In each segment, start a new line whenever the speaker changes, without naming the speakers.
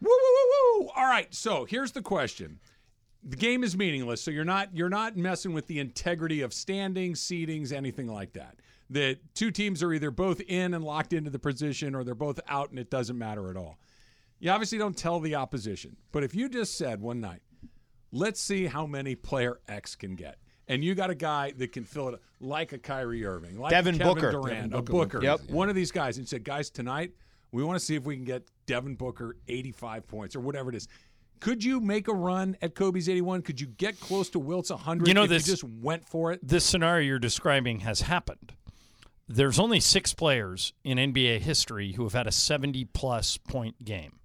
Woo, woo, woo, woo. All right. So here's the question: The game is meaningless, so you're not you're not messing with the integrity of standings, seedings, anything like that. The two teams are either both in and locked into the position, or they're both out, and it doesn't matter at all. You obviously don't tell the opposition, but if you just said one night, "Let's see how many player X can get," and you got a guy that can fill it like a Kyrie Irving, like
Devin
a Kevin
Booker.
Durant,
Devin
a
Booker.
Booker,
Yep.
one of these guys, and said, "Guys, tonight we want to see if we can get Devin Booker 85 points or whatever it is." Could you make a run at Kobe's 81? Could you get close to Wilt's 100?
You know
if
this-
you just went for it.
this scenario you're describing has happened. There's only six players in NBA history who have had a 70 plus point game.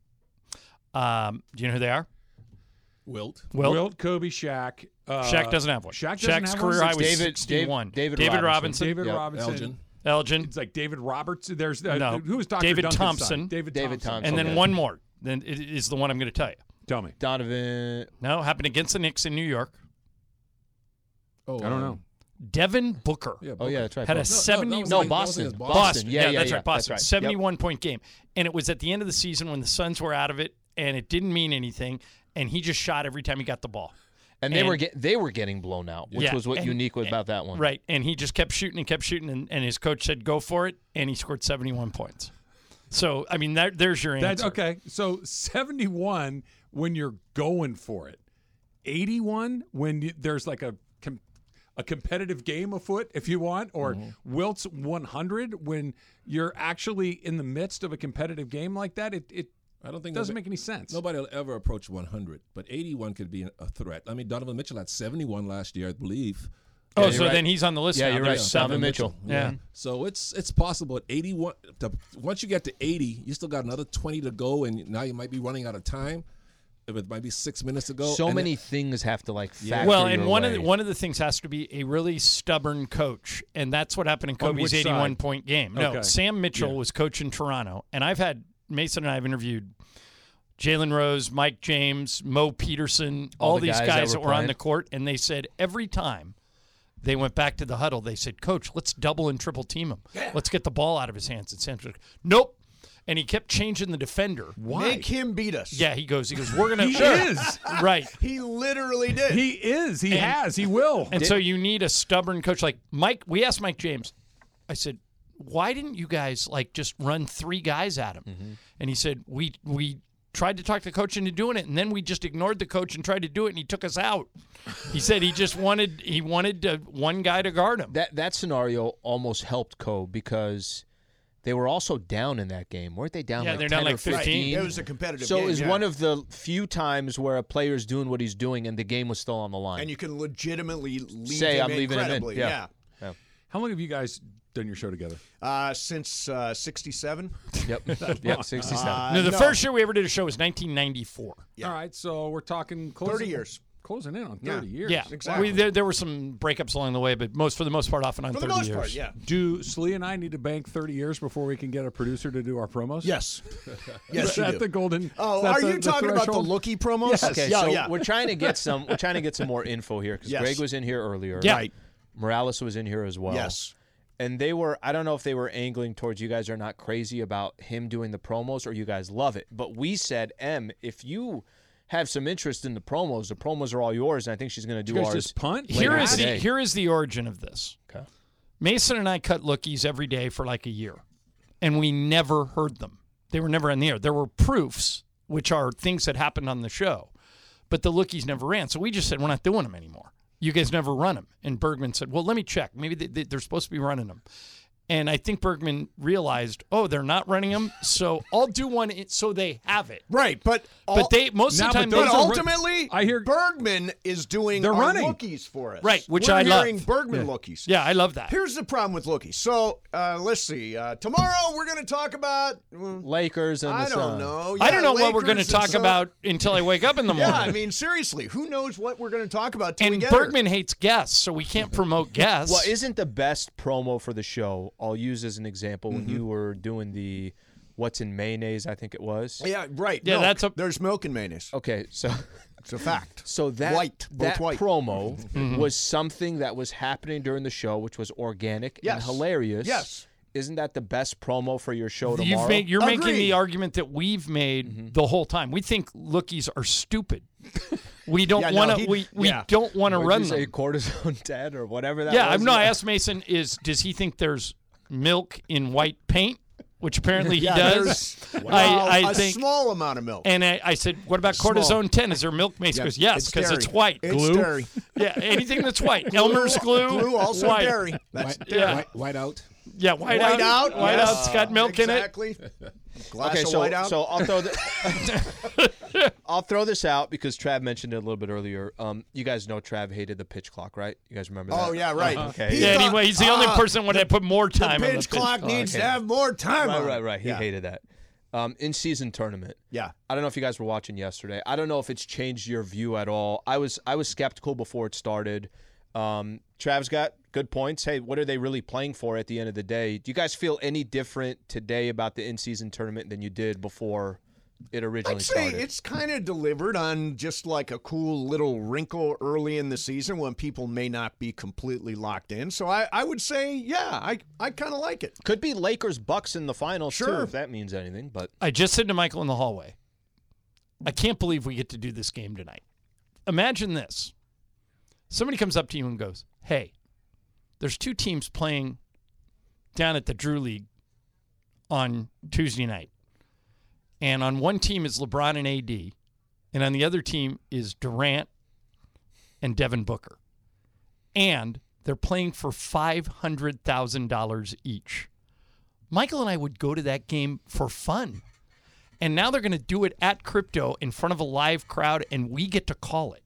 Um, do you know who they are?
Wilt.
Well,
Wilt, Kobe, Shaq. Uh,
Shaq doesn't have one.
Shaq doesn't
Shaq's
have
career
one.
high was
David- Dave-
61.
David
Robinson,
Robinson.
David
Yep.
Robinson.
Elgin.
Elgin,
It's like David Robertson. There's uh,
No.
who was Dr.
David
Duncan's
Thompson.
son? David,
David
Thompson.
Thompson.
and then
Okay.
one more. Then it is the one I'm going to tell you.
Tell me.
Donovan.
No, happened against the Knicks in New York.
Oh,
I don't know.
Devin Booker
Oh yeah, that's right.
had a
Boston.
70
was
no,
like- that was
Boston.
against
Boston.
Boston.
Yeah, yeah,
that's
yeah,
right. Boston.
That's right. Yep.
71 point game. And it was at the end of the season when the Suns were out of it and it didn't mean anything. And he just shot every time he got the ball.
And they
And-
were get, they were getting blown out, which
Yeah,
was what
and-
unique was about that one.
Right. And he just kept shooting and kept shooting. And, and his coach said, go for it. And he scored 71 points. So, I mean, that, there's your answer.
That's okay. So 71 when you're going for it. 81 when you, there's like a com- a competitive game afoot if you want or Wilt's 100 when you're actually in the midst of a competitive game like that. It it
I don't think
doesn't
nobody-
make any sense.
Nobody will ever approach 100, but 81 could be a threat. I mean, Donovan Mitchell had 71 last year, I believe.
Oh,
you're
so
right.
then he's on the list
Yeah,
now.
you're
There's
right.
seven.
Donovan Mitchell.
Yeah.
So it's it's possible at 81. To, once you get to 80, you still got another 20 to go, and now you might be running out of time. It might be six minutes to go.
So
and
many
It,
things have to like factor
Well, and
your
one
way.
of the, one of the things has to be a really stubborn coach, and that's what happened in
On
Kobe's
which side?
eighty-one point game. No,
Okay.
Sam Mitchell was coaching Toronto, and I've had Mason and I have interviewed Jalen Rose, Mike James, Mo Peterson, all,
All the
these
guys
guys,
that
that,
were
were on
playing.
the court, and they said every time they went back to the huddle, they said, "Coach, let's double and triple team him. Let's get the ball out of his hands." And Sam's like, "Nope," and he kept changing the defender.
Why?
Make him beat us.
Yeah, he goes. He goes. We're gonna.
He is.
right.
He literally did.
He is. He has. He will.
And so you need a stubborn coach like Mike. We asked Mike James. I said, "Why didn't you guys like just run three guys at him?"
Mm-hmm.
And he said, "We we tried to talk the coach into doing it, and then we just ignored the coach and tried to do it, and he took us out." He said he just wanted he wanted uh, one guy to guard him.
that that scenario almost helped Co because they were also down in that game, weren't they? Down
Yeah,
like
they're down
10 or
like 15. Right.
It was a competitive
So it
game,
was
yeah.
one of the few times where a player's doing what he's doing and the game was still on the line.
and you can legitimately leave
Say,
him
"I'm
in
leaving him in."
credibly,
Yeah.
yeah.
How long have you guys done your show together?
Uh, since uh, 67.
yep, yep, sixty-seven.
Uh,
no, the
no.
first year we ever did a show was 1994.
Yeah.
All right, so we're talking closing,
30 years.
Closing in on
Yeah.
30 years.
Yeah,
exactly.
We, there, there were some breakups along the way, but most for the most part, often on
For the
30
most
years.
part, yeah.
Do Slee and I need to bank 30 years before we can get a producer to do our promos?
Yes.
Is
yes, you
that
do.
the golden?
Oh,
is that
are
the-
you
the
talking about the
threshold?
lookie promos?
Yes.
Okay,
yeah,
so
yeah.
we're trying to get some. We're trying to get some more info here because
Yes.
Greg was in here earlier.
Yeah.
Right.
Morales was in here as well.
Yes.
And they were. I don't know if they were angling towards you guys are not crazy about him doing the promos or you guys love it. But we said, M, if you have some interest in the promos, the promos are all yours. And I think she's going to do
You guys
ours.
just punt.
Here
Later
is the
today.
here is the origin of this.
Okay.
Mason and I cut lookies every day for like a year, and we never heard them. They were never on the air. There were proofs, which are things that happened on the show, but the lookies never ran. So we just said we're not doing them anymore. You guys never run them. And Bergman said, "Well, let me check. Maybe they, they, they're supposed to be running them." And I think Bergman realized, oh, they're not running them, so I'll do one i- so they have it.
Right, but all-
But they most
Now,
of the
but
time
those
they
But
are
don't.
ru-
ultimately,
I hear-
Bergman is doing
They're
our
running.
lookies for us.
Right, which
We're
I love.
hearing Bergman lookies.
yeah, I love that.
Here's the problem with lookies. So uh, let's see. Uh, tomorrow we're going to talk about. well,
Lakers and
I
the
don't
Suns.
know.
uh, I
Oh, Yeah,
don't know what we're
Lakers
going to
and
talk
Sun-
about until I wake up in the morning.
Yeah, I mean seriously, who knows what we're going to talk about? Till we
and
get
Bergman hates guests, so we can't promote guests.
Well, isn't the best promo for the show? I'll use as an example when
Mm-hmm.
you were doing the what's in mayonnaise, I think it was.
Her. Yeah, right.
Yeah,
milk.
that's a-
there's milk in mayonnaise.
Okay, so
It's a fact.
so that
white, both
that
white.
promo was something that was happening during the show, which was organic and
Yes.
hilarious.
Yes.
Isn't that the best promo for your show tomorrow? Mm-hmm.
You've made, you're making
Agreed.
the argument that we've made the whole time. We think lookies are stupid. We don't
Yeah, no,
want to.
he-
we we
yeah.
don't want to
Would you
run
say
them.
cortisone dead or whatever that
Yeah,
was?
I'm not. I asked Mason is does he think there's milk in white paint, which apparently he
Yeah,
does.
there's- well,
I, I
a
think.
small amount of milk.
and I, I said, what about
Small.
cortisone 10? Is there milk? Mason goes, yes, because
dairy.
it's white.
It's
glue.
dairy.
Yeah, anything that's white. Elmer's glue.
Glue also
white.
dairy. That's
White,
Yeah.
white, white out.
Yeah, white,
white
out.
out.
White
yes.
out's got milk in it.
exactly. Glass
Okay,
of
so
white out.
so I'll throw the, I'll throw this out because Trav mentioned it a little bit earlier. Um, you guys know Trav hated the pitch clock, right? You guys remember that?
oh yeah, right. Okay.
Uh-huh. Yeah, anyway, he's the only person that put more time
ah, the
on the Oh,
pitch clock needs
yeah.
to have more time.
right,
on it.
right, right. He
yeah.
hated that. Um, in season tournament.
Yeah.
I don't know if you guys were watching yesterday. I don't know if it's changed your view at all. I was I was skeptical before it started. Um, Trav's got good points. Hey, what are they really playing for at the end of the day? Do you guys feel any different today about the in season tournament than you did before it originally
I'd say
started?
it's kind of delivered on just like a cool little wrinkle early in the season when people may not be completely locked in. So I, I would say, yeah, I, I kind of like it.
Could be Lakers Bucks in the finals too,
Sure.
if that means anything. But
I just said to Michael in the hallway, I can't believe we get to do this game tonight. Imagine this. Somebody comes up to you and goes, Hey, there's two teams playing down at the Drew League on Tuesday night. And on one team is LeBron and AD, and on the other team is Durant and Devin Booker. And they're playing for $500,000 each. Michael and I would go to that game for fun. And now they're going to do it at crypto in front of a live crowd, and we get to call it.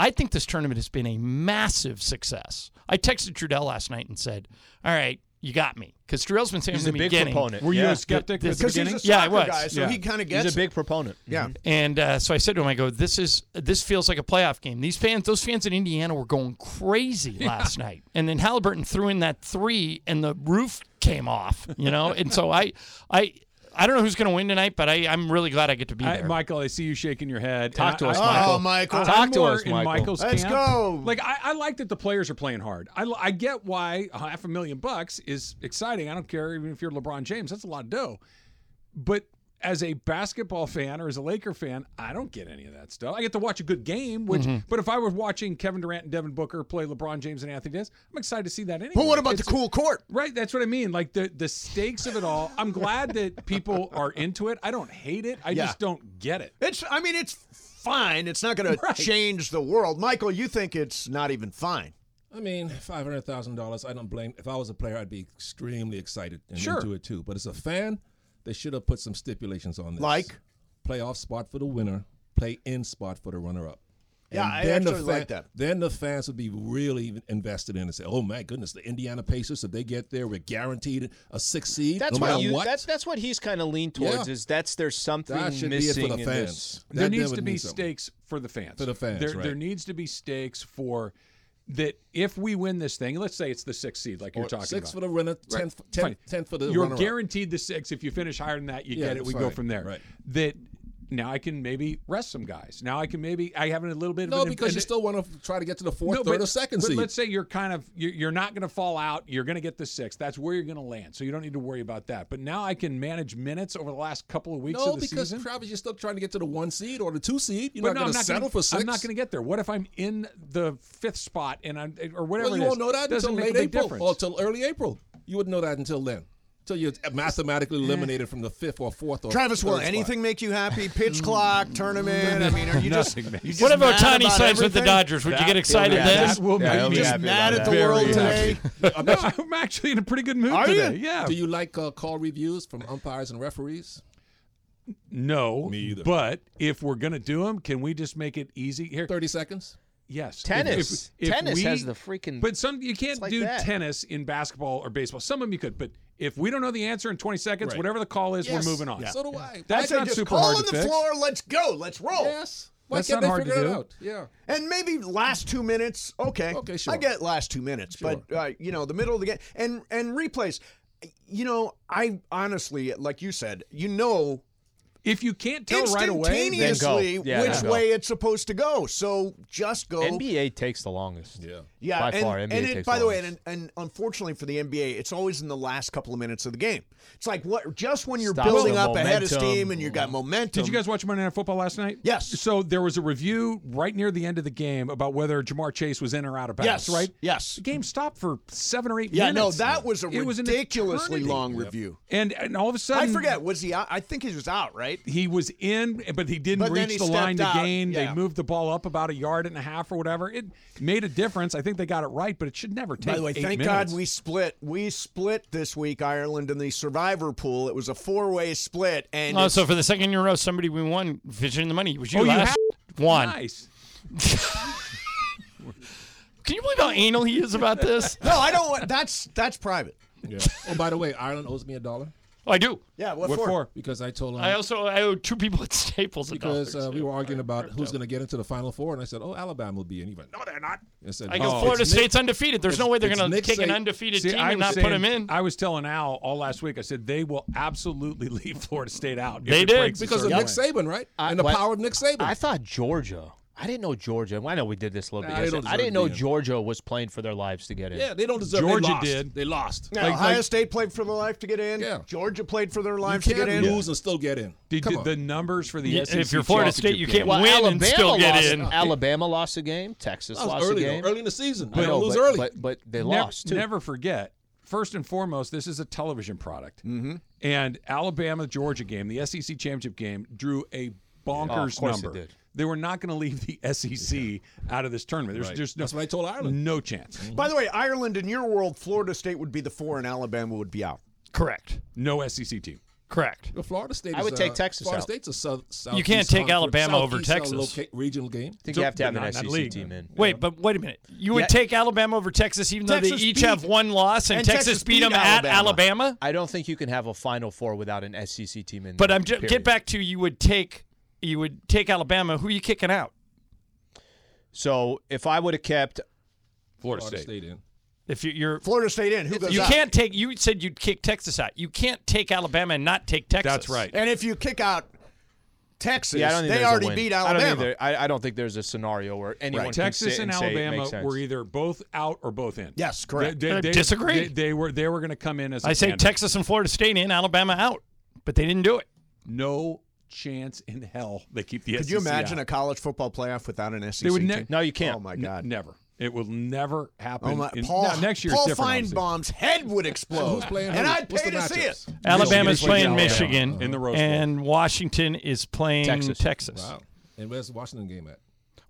I think this tournament has been a massive success. I texted Trudell last night and said, All right, you got me. Because Trudell's been saying
he's
from
a
the
big
beginning,
proponent.
Were you
Yeah.
a skeptic at
This-
the
Because he's
beginning?
a
Yeah, I
soccer
was.
guy, so
Yeah.
he kind of gets
He's a
it.
big proponent.
Yeah.
Mm-hmm.
And uh, so I said to him, I go, this is this feels like a playoff game. These fans, those fans in Indiana were going crazy last night. And then Halliburton threw in that three, and the roof came off. You know, and so I, I, I don't know who's going to win tonight, but I, I'm really glad I get to be
I-
there.
Michael, I see you shaking your head.
Talk
And
to
I-
us,
I-
Michael.
Oh, Michael.
I'm
Talk to
more
us,
in
Michael.
Michael's
Let's
camp.
go.
Like I, I like that the players are playing hard. I, li- I get why a half a million bucks is exciting. I don't care even if you're LeBron James. That's a lot of dough. But as a basketball fan or as a Laker fan, I don't get any of that stuff. I get to watch a good game. Which, but if I were watching Kevin Durant and Devin Booker play LeBron James and Anthony Davis, I'm excited to see that anyway.
but what about the
It's-
cool court?
Right, that's what I mean. Like the the stakes of it all. I'm glad that people are into it. I don't hate it. I
Yeah.
just don't get it.
It's, I mean, it's fine. It's not going to change the world. Michael, you think it's not even fine.
I mean, five hundred thousand dollars. I don't blame. If I was a player, I'd be extremely excited and
Sure.
into it too. But as a fan, they should have put some stipulations on this,
Like?
playoff spot for the winner, play in spot for the runner-up.
Yeah,
And
I
then the
actually
fan-
like that.
Then the fans would be really invested in and say, "Oh my goodness, the Indiana Pacers! If they get there, we're guaranteed a six seed.
That's
no matter
what you.
what.
That's that's what he's kind of leaned towards.
Yeah.
Is that's there's something
that should be it
missing
for the
in this.
fans.
there
That- that
needs
would
to be
mean something.
stakes for the fans.
For the fans,
there,
right.
there needs to be stakes for that. If we win this thing, let's say it's the sixth seed, like you're talking
Six
about.
for the winner, tenth,
Fine.
tenth, tenth for the
You're
runner-up.
guaranteed the six. If you finish higher than that, you
Yeah,
get it. We
that's
go
right.
from there.
Right.
That now I can maybe rest some guys. Now I can maybe I have a little bit
No,
of an
because you
and-
still want to try to get to the fourth,
no,
third,
but,
or second
but
seed.
let's say you're kind of you're, you're not going to fall out. You're going to get the six. That's where you're going to land. So you don't need to worry about that. But now I can manage minutes over the last couple of weeks
No,
of the
because
season.
Travis, you're still trying to get to the one seed or the two seed. You're
But
not
no,
going
I'm
to
not
settle
gonna,
for six.
I'm not going to get there. What if I'm in the fifth spot and I'm or whatever?
Well, you
it is?
won't know that
Doesn't
until
make
late
a big
April
difference.
or until early April. You wouldn't know that until then. So you're
Eh.
mathematically eliminated from the fifth or fourth or
Travis, will
third spot.
anything make you happy? Pitch clock, tournament. I mean, are you just,
Mm. Nothing makes-
you just
What if
mad
Otani
about
signs with the
everything?
Dodgers? Would you get excited
yeah,
then?
that
will
Yeah,
make
he'll be
me
Just
happy
mad
about
at the
that.
world
Very
today.
No, I'm actually in a pretty good mood
Are
today.
you?
Yeah.
Do you like uh, call reviews from umpires and referees?
no.
Me either.
But if we're gonna do them, can we just make it easy here?
Thirty seconds.
Yes. If-
Tennis.
if- if
Tennis
we-
has the freaking-
But some you can't
like
do
that.
tennis in basketball or baseball. Some of them you could, but if we don't know the answer in 20 seconds,
Right.
whatever the call is,
Yes.
we're moving on.
So do I.
I
That's
say
not
just
super
call
hard
on
to
the
fix.
floor. Let's go. Let's roll.
yes. Why
Oh, That's
can't
not
they
hard to
figure it
do.
out? Yeah.
And maybe last two minutes. Okay.
Okay, sure.
I get last two minutes, but uh, you know the middle of the game and and replays. You know, I honestly, like you said, you know
If you can't tell right away, then
instantaneously
go. Yeah,
which
then go.
way it's supposed to go. So just go.
NBA takes the longest.
Yeah.
Yeah,
By
and,
far,
and
NBA
it,
takes
by the way,
longest.
and, and unfortunately for the NBA, it's always in the last couple of minutes of the game. It's like what just when you're
Stops the
building up ahead of
momentum.
steam and you got momentum.
Did you guys watch Monday Night Football last night?
Yes.
So there was a review right near the end of the game about whether Jamar Chase was in or out of bounds,
Yes,
right?
yes.
The game stopped for seven or eight
Yeah, no,
minutes.
that was a
It was an
ridiculously
eternity.
long review.
And, and all of a sudden,
I forget. Was he out? I think he was out, right?
He was in, but he didn't
But then he
reach the line
stepped
to
out,
gain. They
yeah.
moved the ball up about a yard and a half or whatever. It made a difference. I think they got it right, but it should never take.
By the way,
eight
thank
minutes.
God we split. We split this week, Ireland, in the survivor pool. It was a four-way split, and
Oh,
it's-
so for the second year in a row, somebody we won vision the money. It was you
Oh, you
last one.
Nice.
Can you believe how anal he is about this?
no, I don't. want That's that's private.
Yeah. oh, by the way, Ireland owes me a dollar
Oh, I do.
Yeah, what,
What
for?
for?
because I told them
I also I owe two people at Staples a
because
dollar,
uh, we
too.
were arguing about who's going to get into the final four, and I said, "Oh, Alabama will be in." Even no, they're not. I said,
I go.
"Oh,
Florida
it's
State's undefeated. There's no way they're
it's
going to
Nick
take an
Saban.
undefeated
See,
team
I
and
was
not put
saying-
him in.
I was telling Al all last week. I said they will absolutely leave Florida State out. if
They
it
did.
breaks a
because of
certain
Nick
way.
Saban, right?
I-
and the
what-
power of Nick Saban.
I thought Georgia. I didn't know Georgia. I know we did this a little
Nah,
bit.
they don't
yesterday. I
deserve
didn't
to
know
be in.
Georgia was playing for their lives to get in.
yeah, they don't deserve.
Georgia
they lost.
did.
They lost.
Now,
Like-
Ohio
like-
State played for their life to get in.
Yeah.
Georgia played for their
You
lives to get in.
can't lose and still get in.
Did,
Come
did
on.
the numbers for the
Yeah,
SEC
if you're Florida State,
championship
you
game-
can't Win and still get
lost,
in.
Alabama lost a game. Texas
That was
lost
early,
a
though,
game.
early in the season.
I
I
know,
don't lose
but,
early.
but but they
Never-
lost too.
Never forget. First and foremost, this is a television product, mm-hmm. and Alabama Georgia game, the SEC championship game, drew a bonkers
course it
number.
did.
They were not going to leave the SEC out of this tournament. There's just no,
That's what I told Ireland.
No chance.
By the way, Ireland in your world, Florida State would be the four, and Alabama would be out.
Correct.
No SEC team.
Correct.
Well, Florida State.
I
is,
would take
uh,
Texas
Florida
out.
State's a south. south
You can't take Alabama over Texas.
regional game.
I think you have to have
Not
an
in that
SEC
league.
team in.
Wait, but wait a minute. You would
Yeah.
take Alabama over Texas, even though
Texas
they each
beat-
have one loss, and,
and
Texas,
Texas
beat
beat
them at
Alabama.
Alabama.
I don't think you can have a Final Four without an SEC team in.
But
there,
I'm just,
period.
get back to you would take you would take Alabama. Who are you kicking out?
So if I would have kept,
Florida,
Florida
State.
State in.
If you, you're
Florida State in. Who goes
you
out?
can't take you said you'd kick Texas out. You can't take Alabama and not take Texas.
That's right.
And if you kick out Texas,
yeah, I don't think
they
there's a
already
win.
beat
I don't, think
Alabama.
there- I, I don't think there's a scenario where anyone can
Texas
sit
and,
say it makes
Alabama
sense.
were either both out or both in.
Yes, correct.
They,
I Uh, disagree.
They, they were they were going to come in as a
I say
candidate.
Texas and Florida State in, Alabama out, but they didn't do it.
No chance in hell they keep the. E
Could you imagine a college football playoff without an SEC
They would ne-
team?
No, you can't.
Oh my God.
never? It will never happen.
Oh my,
in-
Paul,
no, next year
Paul
different. obviously.
Feinbaum's head would explode.
Who's playing
and
who?
I'd
What's
pay
the
to see it.
matchups?
Alabama's
Michigan's
playing
playing
Michigan
Alabama. In the Rose Bowl.
and Washington is playing
Texas.
Texas.
Wow. And where's the Washington game at?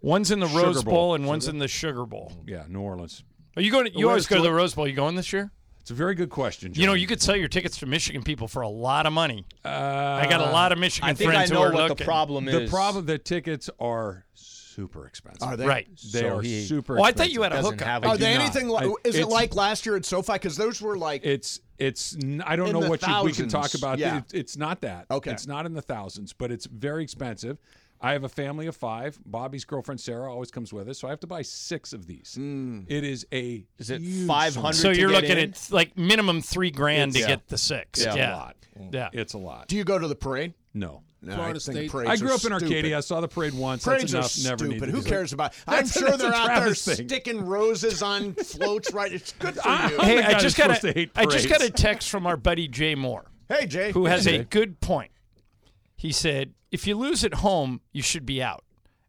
One's in the
Sugar
Rose
Bowl.
Bowl, and one's in the Sugar Bowl.
Yeah, New Orleans.
Are you going? To, you always go to the Rose Bowl. You going this year?
It's a very good question. John.
You know, you could sell your tickets to Michigan people for a lot of money. I got a lot of Michigan
I think I
friends
know
who are
what
looking.
the problem
the
is.
problem. The tickets are super expensive.
Are they?
Right.
They
So
are
he
super.
Well, I
expensive.
thought you had a
doesn't
hookup.
have a-
Are
do
they
not.
anything like?
I-
Is it
it's-
like last year at SoFi? Because those were like.
It's it's n- I don't
In
know
the
what you, we can
thousands,
talk about.
yeah.
It- it's not that.
Okay.
It's not in the thousands, but it's very expensive. I have a family of five. Bobby's girlfriend Sarah always comes with us, so I have to buy six of these. It is a
is it
huge
five hundred.
So you're looking
in?
at like minimum three grand to get the six.
Yeah.
Yeah,
It's a
yeah.
lot. It's a lot.
do you go to the parade?
No.
No,
Florida
I think
State-
parades
I grew
are
up in
stupid.
Arcadia. I saw the parade once.
Parades are
That's enough.
stupid.
Never need to
Who
do it.
cares about? I'm
That's-
sure
that's a
they're out there
Travis thing.
sticking roses on floats. Right, it's good for you.
I'm
Hey,
the guy
I just
that's
got
supposed to
a,
hate
I just got
parades.
a text from our buddy Jay Moore,
hey, Jay,
who has a good point. He said, "If you lose at home, you should be out."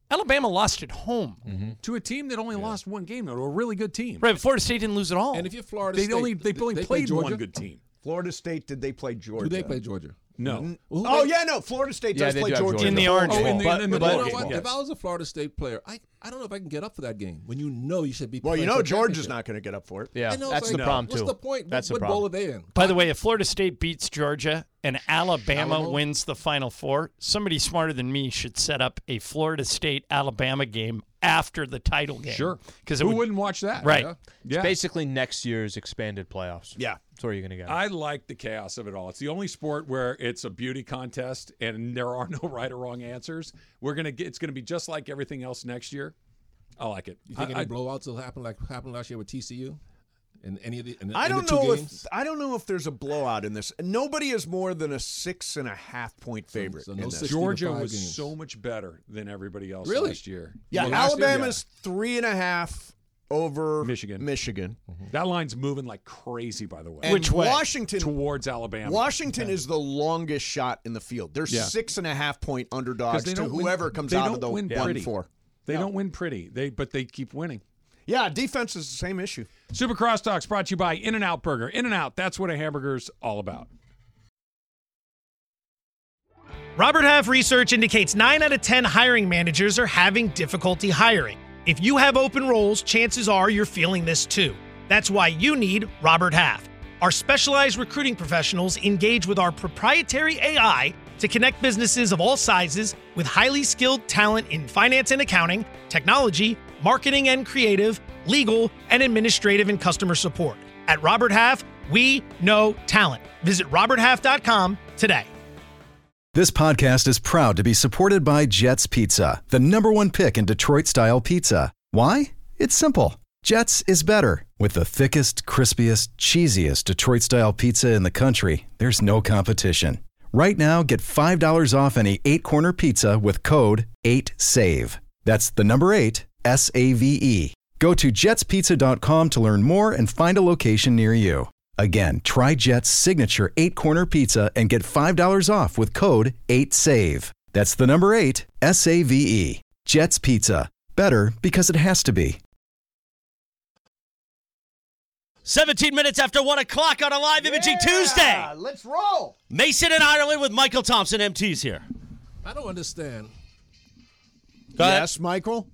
Alabama lost at home,
to a team that only lost one game though, to a really good team.
right? But Florida State didn't lose at all.
And if you're Florida
They
State,
only they've only
they play
played
Georgia?
one good team.
Florida State, did they play Georgia?
Who they play Georgia?
No.
Who
Oh
they-
yeah, no. Florida State
Yeah,
does
they
play
do have
Georgia.
Georgia. In
the Orange
Oh, in
Bowl.
the, in the
But you know
Orange
what?
Bowl.
If I was a Florida State player, I, I don't know if I can get up for that game when you know you should be.
Well, you
playing
know
for a
Georgia's
championship.
not going to get up for it.
Yeah,
I know, it's
that's the
like,
problem
What's
too.
the point?
That's
what,
the
what
problem.
bowl are they in?
By the way, if Florida State beats Georgia and Alabama wins the Final Four, somebody smarter than me should set up a Florida State Alabama game after the title game.
Sure.
because
Who wouldn't watch that?
Right.
Yeah.
Basically, next year's expanded playoffs.
Yeah.
that's where you're gonna get. it.
I like the chaos of it all. It's the only sport where it's a beauty contest and there are no right or wrong answers. We're gonna get. It's gonna be just like everything else next year. I like it.
You think
I-
any
I-
blowouts will happen like happened last year with TCU? In any of the, in,
I
in
don't
the two
know
games?
if I don't know if there's a blowout in this. Nobody is more than a six and a half point favorite.
so
in
no
this.
six-
Georgia
65
was
games.
so much better than everybody else
Really?
last year.
yeah,
Well, last year,
Alabama's three and a half over
Michigan.
Michigan.
That line's moving like crazy, by the way,
And
Which way?
Washington
towards Alabama.
Washington is the longest shot in the field. They're
Yeah.
six and a half point
'Cause
underdogs
they
to
don't win-
whoever comes
they
out
don't
of the
win
one
pretty.
four.
They don't win pretty, they but they keep winning.
Yeah, defense is the same issue.
Super Crosstalks brought to you by In and Out Burger. In and Out, that's what a hamburger's all about.
Robert Half research indicates 9 out of 10 hiring managers are having difficulty hiring. If you have open roles, chances are you're feeling this too. That's why you need Robert Half. Our specialized recruiting professionals engage with our proprietary AI to connect businesses of all sizes with highly skilled talent in finance and accounting, technology, marketing and creative, legal, and administrative and customer support. At Robert Half, we know talent. Visit roberthalf.com today.
This podcast is proud to be supported by Jets Pizza, the number one pick in Detroit style pizza. Why? It's simple. Jets is better. With the thickest, crispiest, cheesiest Detroit style pizza in the country, there's no competition. Right now, get $5 off any eight corner pizza with code 8SAVE. That's the number eight, S A V E. Go to jetspizza.com to learn more and find a location near you. Again, try Jet's signature eight corner pizza and get $5 off with code 8SAVE. That's the number eight, S A V E. Jet's Pizza. Better because it has to be.
17 minutes after 1 o'clock on a live imaging Tuesday.
Let's roll.
Mason in Ireland with Michael Thompson, MT's here.
I don't understand
Go ahead.
yes, Michael.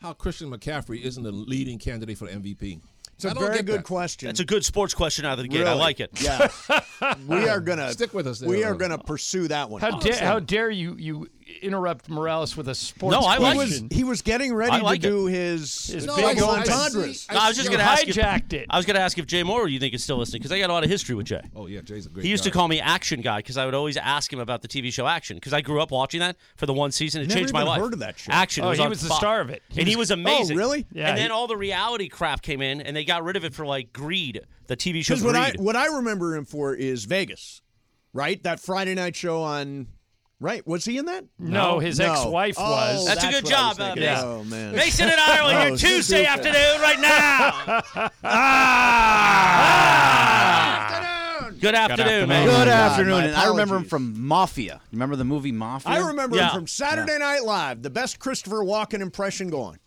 how Christian McCaffrey isn't the leading candidate for MVP.
It's a
I don't
very
get
good
that.
question.
That's a good sports question out of the gate. I
Really.
like it.
Yeah, we are gonna
Stick with us there.
We are gonna pursue that one.
How, da- how dare you you interrupt Morales with a sports
No, I like
he was
question?
he was getting
I
ready
like it.
to do his,
His
No,
big
I-
old
I see-
entendres.
No, I was just
see-
going to ask you.
hijacked it.
I was going to ask if Jay Moore you think is still listening because I got a lot of history with Jay.
Oh yeah, Jay's a great.
He used
guy.
to call me Action Guy because I would always ask him about the TV show Action because I grew up watching that for the one season. It
Never
changed my
even
life.
heard of that show.
Action. it
Oh,
was
he
on
was the
Fox.
star of it. He
and he
was-
was amazing.
Oh, really?
Yeah,
and
he-
then all the reality crap came in, and they got rid of it for like greed. The TV show
Because what I
Greed.
what I remember him for is Vegas, right? That Friday night show on. Right? Was he in that?
No, his
No.
ex-wife
Oh,
was.
That's a good
what I was
job, uh,
thinking.
Mason.
Oh man.
Mason in Ireland, your
Oh,
Tuesday afternoon right now. Good afternoon, man.
Good
God,
afternoon.
my
And I remember him
apologies.
from Mafia. You remember the movie Mafia?
I remember
Yeah.
him from Saturday Night Live, the best Christopher Walken impression going.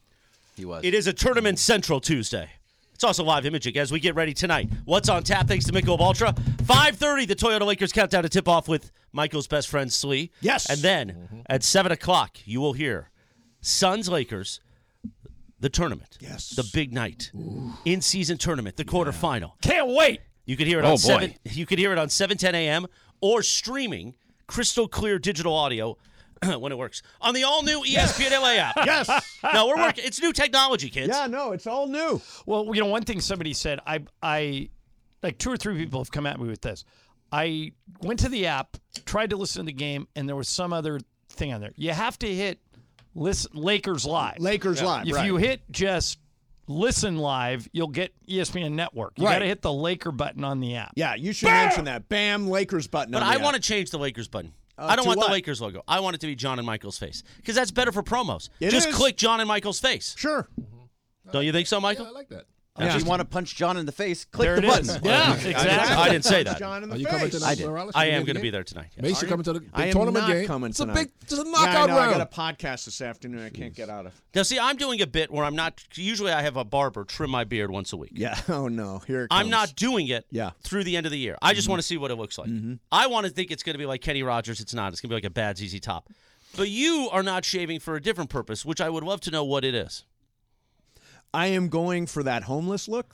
He was.
It is a tournament central Tuesday. It's also live imaging as we get ready tonight. What's on tap? Thanks to Michelob Ultra. 5.30, the Toyota Lakers countdown to tip off with Michael's best friend, Slee.
Yes.
And then at 7 o'clock, you will hear Suns Lakers, the tournament.
Yes.
The big night. In-season tournament, the quarterfinal.
Can't wait.
You could hear it on seven. You could hear it on seven ten a.m. or streaming crystal clear digital audio when it works on the all new E ESPN LA app.
Yes.
No, we're working. It's new technology, kids.
yeah, no, it's all new.
Well, you know, one thing somebody said, I, I, like two or three people have come at me with this. I went to the app, tried to listen to the game, and there was some other thing on there. You have to hit listen Lakers live.
Lakers Live.
if
right.
you hit just listen live, you'll get E ESPN Network. You
Right.
got to hit the Laker button on the app.
yeah, you should mention that. Bam, Lakers button.
But
on
I
the
want to
app.
change the Lakers button.
Uh,
I don't
to
want
what?
the Lakers logo. I want it to be John and Michael's face because that's better for promos.
It
Just
is.
click John and Michael's face.
Sure.
Don't you think so, Michael?
Yeah, I like that.
If you want to punch John in the face, click
There
the
it is.
button.
Yeah,
I didn't-
exactly.
I didn't say that.
John in the
Are you
face.
coming to the
I did.
Morales?
I
You
am
gonna
going to
be
be
there?
there tonight. yes.
Mace, you coming to the big
I am
tournament
not
game?
coming
it's
tonight.
a big, it's a
yeah, I
knockout
know, I
round.
got a podcast this afternoon. I can't get out of.
Now, see, I'm doing a bit where I'm not. Usually, I have a barber trim my beard once a week.
Yeah. Oh no. Here it comes.
I'm not doing it
Yeah.
through the end of the year. I
Mm-hmm.
just want to see what it looks like. I want to think it's going to be like Kenny Rogers. It's not. It's going to be like a bad ZZ Top. But you are not shaving for a different purpose, which I would love to know what it is.
I am going for that homeless look.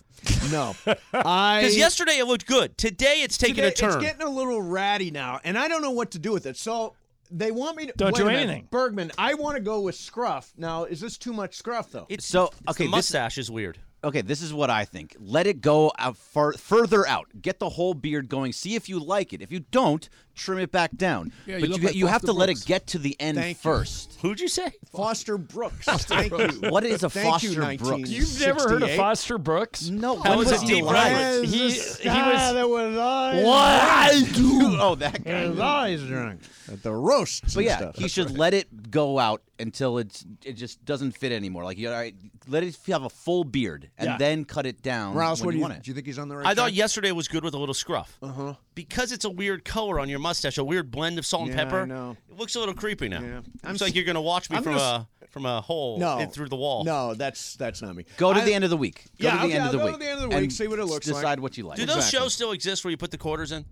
No. I.
Because yesterday it looked good. Today it's taking
Today,
a turn.
It's getting a little ratty now, and I don't know what to do with it. So they want me to
Don't
wait
do
a minute.
anything.
Bergman. I want to go with scruff. Now, is this too much scruff though?
It's-
So,
it's the
okay, this-
mustache is weird.
Okay, this is what I think. Let it go out far, further out. Get the whole beard going. See if you like it. If you don't, trim it back down.
Yeah, you
but you,
look
get-
like
you have
Buster
to let
Brooks.
it get to the end
Thank you.
first.
Who'd you say?
Foster Brooks. Thank you.
What is a
Thank you,
Foster Brooks?
1968.
You've never heard of Foster Brooks?
No,
That
what
was
was
a deep
he
breath.
like?
He, he
Ah,
was.
that was I.
What?
oh, that guy.
His eyes drunk at the roast.
But yeah, he should let it go out until it's it just doesn't fit anymore. Like you all right, let it have a full beard and then cut it down.
Rouse,
when
what do
you
you,
want it.
do you think he's on the right?
I thought
track?
yesterday was good with a little scruff.
Uh,
Uh-huh. Because it's a weird color on your mustache, a weird blend of salt and
Yeah, I
pepper.
know.
It looks a little creepy now.
Yeah. I'm
Looks like
s-
you're going to watch me
I'm
from
gonna
a from a hole
no
in through the wall.
No, that's that's not me.
Go to
I-
the end of the week. Go
Yeah,
to the
okay,
end of the
I'll go
week.
to the end of the week,
and
see what it looks
decide
like.
what you like.
Do those
Exactly.
shows still exist where you put the quarters in?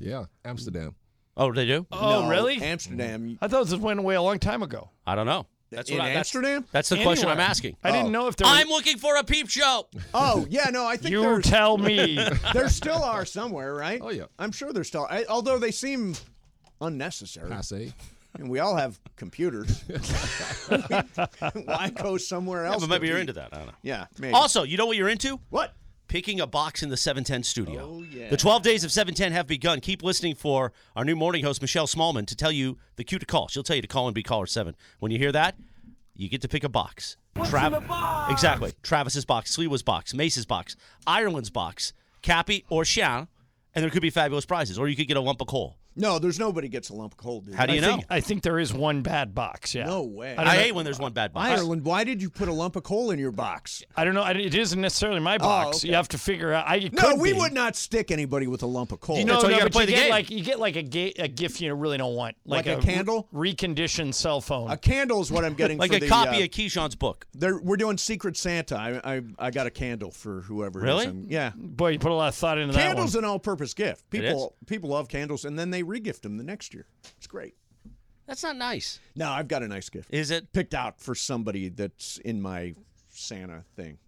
Yeah, Amsterdam.
Oh, they do.
Oh,
no,
really?
Amsterdam.
I thought this went away a long time ago.
I don't know. That's
in
what I, that's-
Amsterdam? e
That's the question I'm
Anywhere.
asking.
I didn't know if there.
I'm looking for a peep show.
Oh yeah, no, Oh. I think
you
there's-
tell me.
there still are somewhere, right?
Oh, yeah.
I'm sure there's still. I, although they seem unnecessary,
Passe.
and we all have computers. Why go somewhere
Yeah,
else?
but maybe
to
you're
be-
into that. I don't know.
Yeah. Maybe.
Also, you know what you're into?
what?
Picking a box in the 710 studio.
Oh, yeah.
The 12 days of 710 have begun. Keep listening for our new morning host, Michelle Smallman, to tell you the cue to call. She'll tell you to call and be caller 7. When you hear that, you get to pick a box. Trav- Exactly. Travis's box, Sliwa's box, Mace's box, Ireland's box, Cappy or Sean, and there could be fabulous prizes. Or you could get a lump of coal.
No, there's nobody gets a lump of coal, dude.
How do
I
you know?
think, I think there is one bad box. Yeah.
No way.
I,
I
don't
hate
know,
when there's one bad box.
Ireland, why did you put a lump of coal in your box?
I don't know. I- It isn't necessarily my box.
Oh, okay.
You have to figure out. I it
No,
could
we
be.
would not stick anybody with a lump of coal.
You know,
That's why you
no,
gotta
but
play
you
the
get
game.
like you get like a, ga- a gift you really don't want, like,
Like a
re-
candle?
reconditioned cell phone.
a candle is what I'm getting.
like
for
a
the,
copy
uh,
of Keyshawn's book.
they're- we're doing Secret Santa. I, I I got a candle for whoever. it is.
Really?
I'm- Yeah.
Boy, you put a lot of thought into
Candles
that
an all-purpose gift.
It
People people love candles, and then they regift them the next year. It's great.
That's not nice.
No, I've got a nice gift
Is it?
picked out for somebody that's in my Santa thing.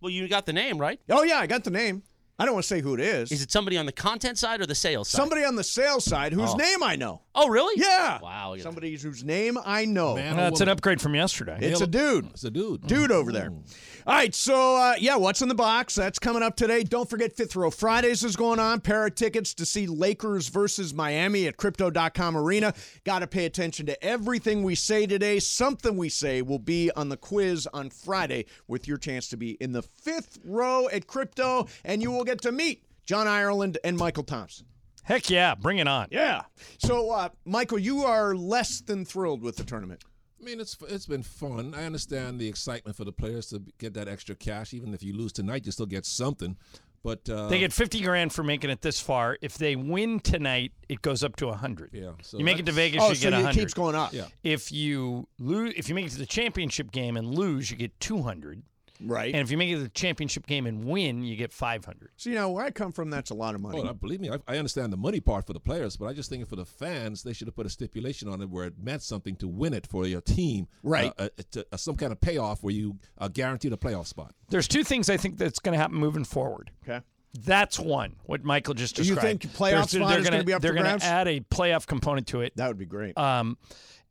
Well, you got the name, right?
Oh yeah, I got the name. I don't want to say who it is.
Is it somebody on the content side or the sales side?
somebody on the sales side whose name I know?
Oh, really?
Yeah.
Wow. you-
Somebody whose name I know.
Man
one.
or
That's an
woman?
upgrade from yesterday.
It's a dude.
It's a dude.
Dude over there.
Mm.
All right, so uh, yeah, what's in the box? That's coming up today. Don't forget Fifth Row Fridays is going on. Pair of tickets to see Lakers versus Miami at Crypto.com Arena. Got to pay attention to everything we say today. Something we say will be on the quiz on Friday with your chance to be in the fifth row at Crypto, and you will get to meet John Ireland and Michael Thompson.
Heck yeah, bring it on.
Yeah. So, uh, Michael, you are less than thrilled with the tournament.
I mean, it's it's been fun. I understand the excitement for the players to get that extra cash. Even if you lose tonight, you still get something. But uh,
They get fifty grand for making it this far. If they win tonight, it goes up to hundred.
Yeah, so
you make it to
that's-
Vegas,
oh,
you
so
get
it
hundred.
keeps going up.
Yeah.
If you lose, if you make it to the championship game and lose, you get two hundred.
Right.
And if you make it to the championship game and win, you get five hundred.
so, you know, where I come from, that's a lot of money.
Oh, now, believe me, I, I understand the money part for the players, but I just think for the fans, they should have put a stipulation on it where it meant something to win it for your team,
Right.
Uh, uh, to, uh, some kind of payoff where you are guaranteed a playoff spot.
There's two things I think that's going to happen moving forward.
Okay.
That's one. What Michael just
you
described.
think playoff
There's-
spot
they're
is
gonna-
gonna be up
They're
for
gonna
grabs?
add a playoff component to it.
That would be great.
Um,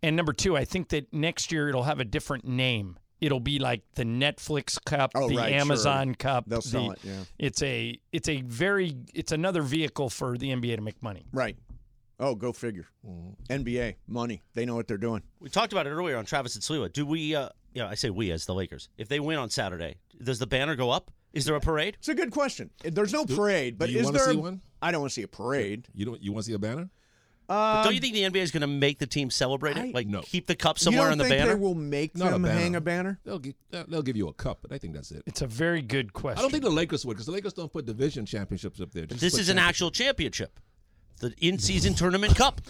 and number two, I think that next year it'll have a different name. It'll be like the Netflix Cup,
Oh,
the
right, sure.
Amazon Cup.
They'll sell
the-
it, yeah.
It's a it's a very it's another vehicle for the NBA to make money.
right. Oh, go figure.
Mm-hmm.
NBA money. They know what they're doing.
We talked about it earlier on Travis and Sliwa. Do we? Uh, yeah, I say we as the Lakers. If they win on Saturday, does the banner go up? Is there a parade?
It's a good question. There's no parade, but
do you
is
wanna
there?
see one?
I don't want to see a parade.
You don't you want to see a banner?
But don't you think the NBA is going to make the team celebrate it? like keep the cup somewhere
Um, you don't
on the
think
banner.
They will make
Not a
them
banner.
hang a banner.
They'll give, they'll give you a cup, but I think that's it.
It's a very good question.
I don't think the Lakers would because the Lakers don't put division championships up there. Just
this
put
is an
championship.
actual championship, the in-season tournament cup.